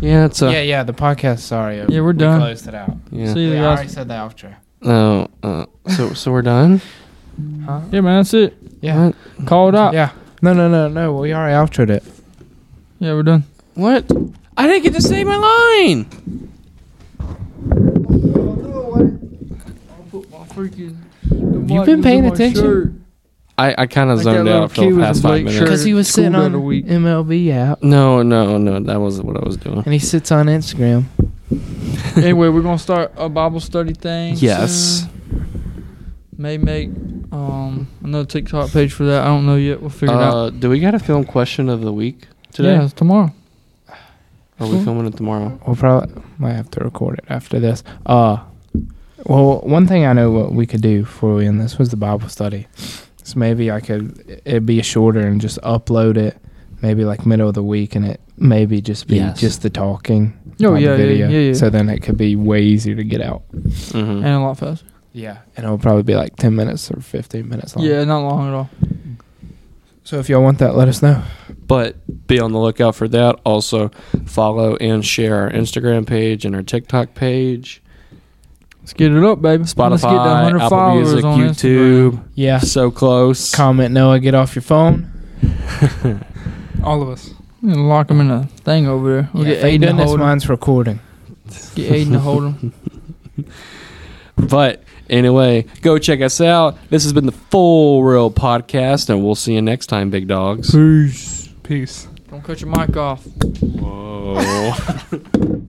[SPEAKER 1] Yeah, it's a.
[SPEAKER 2] yeah, yeah. The podcast. Sorry.
[SPEAKER 4] Yeah, we're
[SPEAKER 2] we
[SPEAKER 4] done.
[SPEAKER 2] Closed it out.
[SPEAKER 1] yeah.
[SPEAKER 4] See you
[SPEAKER 2] We
[SPEAKER 4] guys.
[SPEAKER 2] already said the outro.
[SPEAKER 1] No, uh, so so we're done.
[SPEAKER 3] Huh?
[SPEAKER 4] Yeah, man, that's it.
[SPEAKER 2] Yeah.
[SPEAKER 4] Call it out. Yeah,
[SPEAKER 2] Yeah. No, no, no, no. We already outroed it.
[SPEAKER 4] we're done.
[SPEAKER 1] What? I didn't get to say my line.
[SPEAKER 2] You've been paying attention.
[SPEAKER 1] I, I kind of zoned out for the past five minutes.
[SPEAKER 2] Because he was
[SPEAKER 4] School
[SPEAKER 2] sitting
[SPEAKER 4] the
[SPEAKER 2] on
[SPEAKER 4] other week.
[SPEAKER 2] MLB app,
[SPEAKER 1] No, no, no. That wasn't what I was doing.
[SPEAKER 2] and he sits on Instagram.
[SPEAKER 4] anyway, we're gonna start a Bible study thing.
[SPEAKER 1] Yes.
[SPEAKER 4] soon. May make um another TikTok page for that. I don't know yet. We'll figure it out.
[SPEAKER 1] Uh, do we got a film question of the week today?
[SPEAKER 4] Yeah, it's tomorrow.
[SPEAKER 1] Are we filming it tomorrow?
[SPEAKER 2] We'll probably might have to record it after this. Uh well, one thing I know what we could do before we end this was the Bible study. So maybe I could it'd be shorter and just upload it maybe like middle of the week and it maybe just be
[SPEAKER 1] Yes.
[SPEAKER 2] just the talking.
[SPEAKER 4] Oh,
[SPEAKER 2] not the
[SPEAKER 4] yeah, yeah, yeah, yeah.
[SPEAKER 2] So then it could be way easier to get out.
[SPEAKER 1] Mm-hmm.
[SPEAKER 4] And a lot faster.
[SPEAKER 2] Yeah. And it'll probably be like ten minutes or fifteen minutes long.
[SPEAKER 4] Yeah, not long at all.
[SPEAKER 2] So if y'all want that, let us know.
[SPEAKER 1] But be on the lookout for that. Also, follow and share our Instagram page and our TikTok page,
[SPEAKER 4] Let's get it up, baby. Let's get to
[SPEAKER 1] Spotify,
[SPEAKER 4] 100
[SPEAKER 1] Apple
[SPEAKER 4] followers
[SPEAKER 1] Music,
[SPEAKER 4] on
[SPEAKER 1] YouTube.
[SPEAKER 2] Yeah.
[SPEAKER 1] So close.
[SPEAKER 2] Comment Noah, get off your phone.
[SPEAKER 3] All of us.
[SPEAKER 4] Instagram. And lock them in a thing over there. We'll
[SPEAKER 2] yeah,
[SPEAKER 4] get Aiden
[SPEAKER 2] thank
[SPEAKER 4] to
[SPEAKER 2] goodness
[SPEAKER 4] hold 'em.
[SPEAKER 2] mine's recording.
[SPEAKER 4] Get Aiden to hold him.
[SPEAKER 1] But anyway, go check us out. This has been the Full Real Podcast, and we'll see you next time, big dogs.
[SPEAKER 3] Peace. Peace.
[SPEAKER 4] Don't cut your mic off.
[SPEAKER 1] Whoa.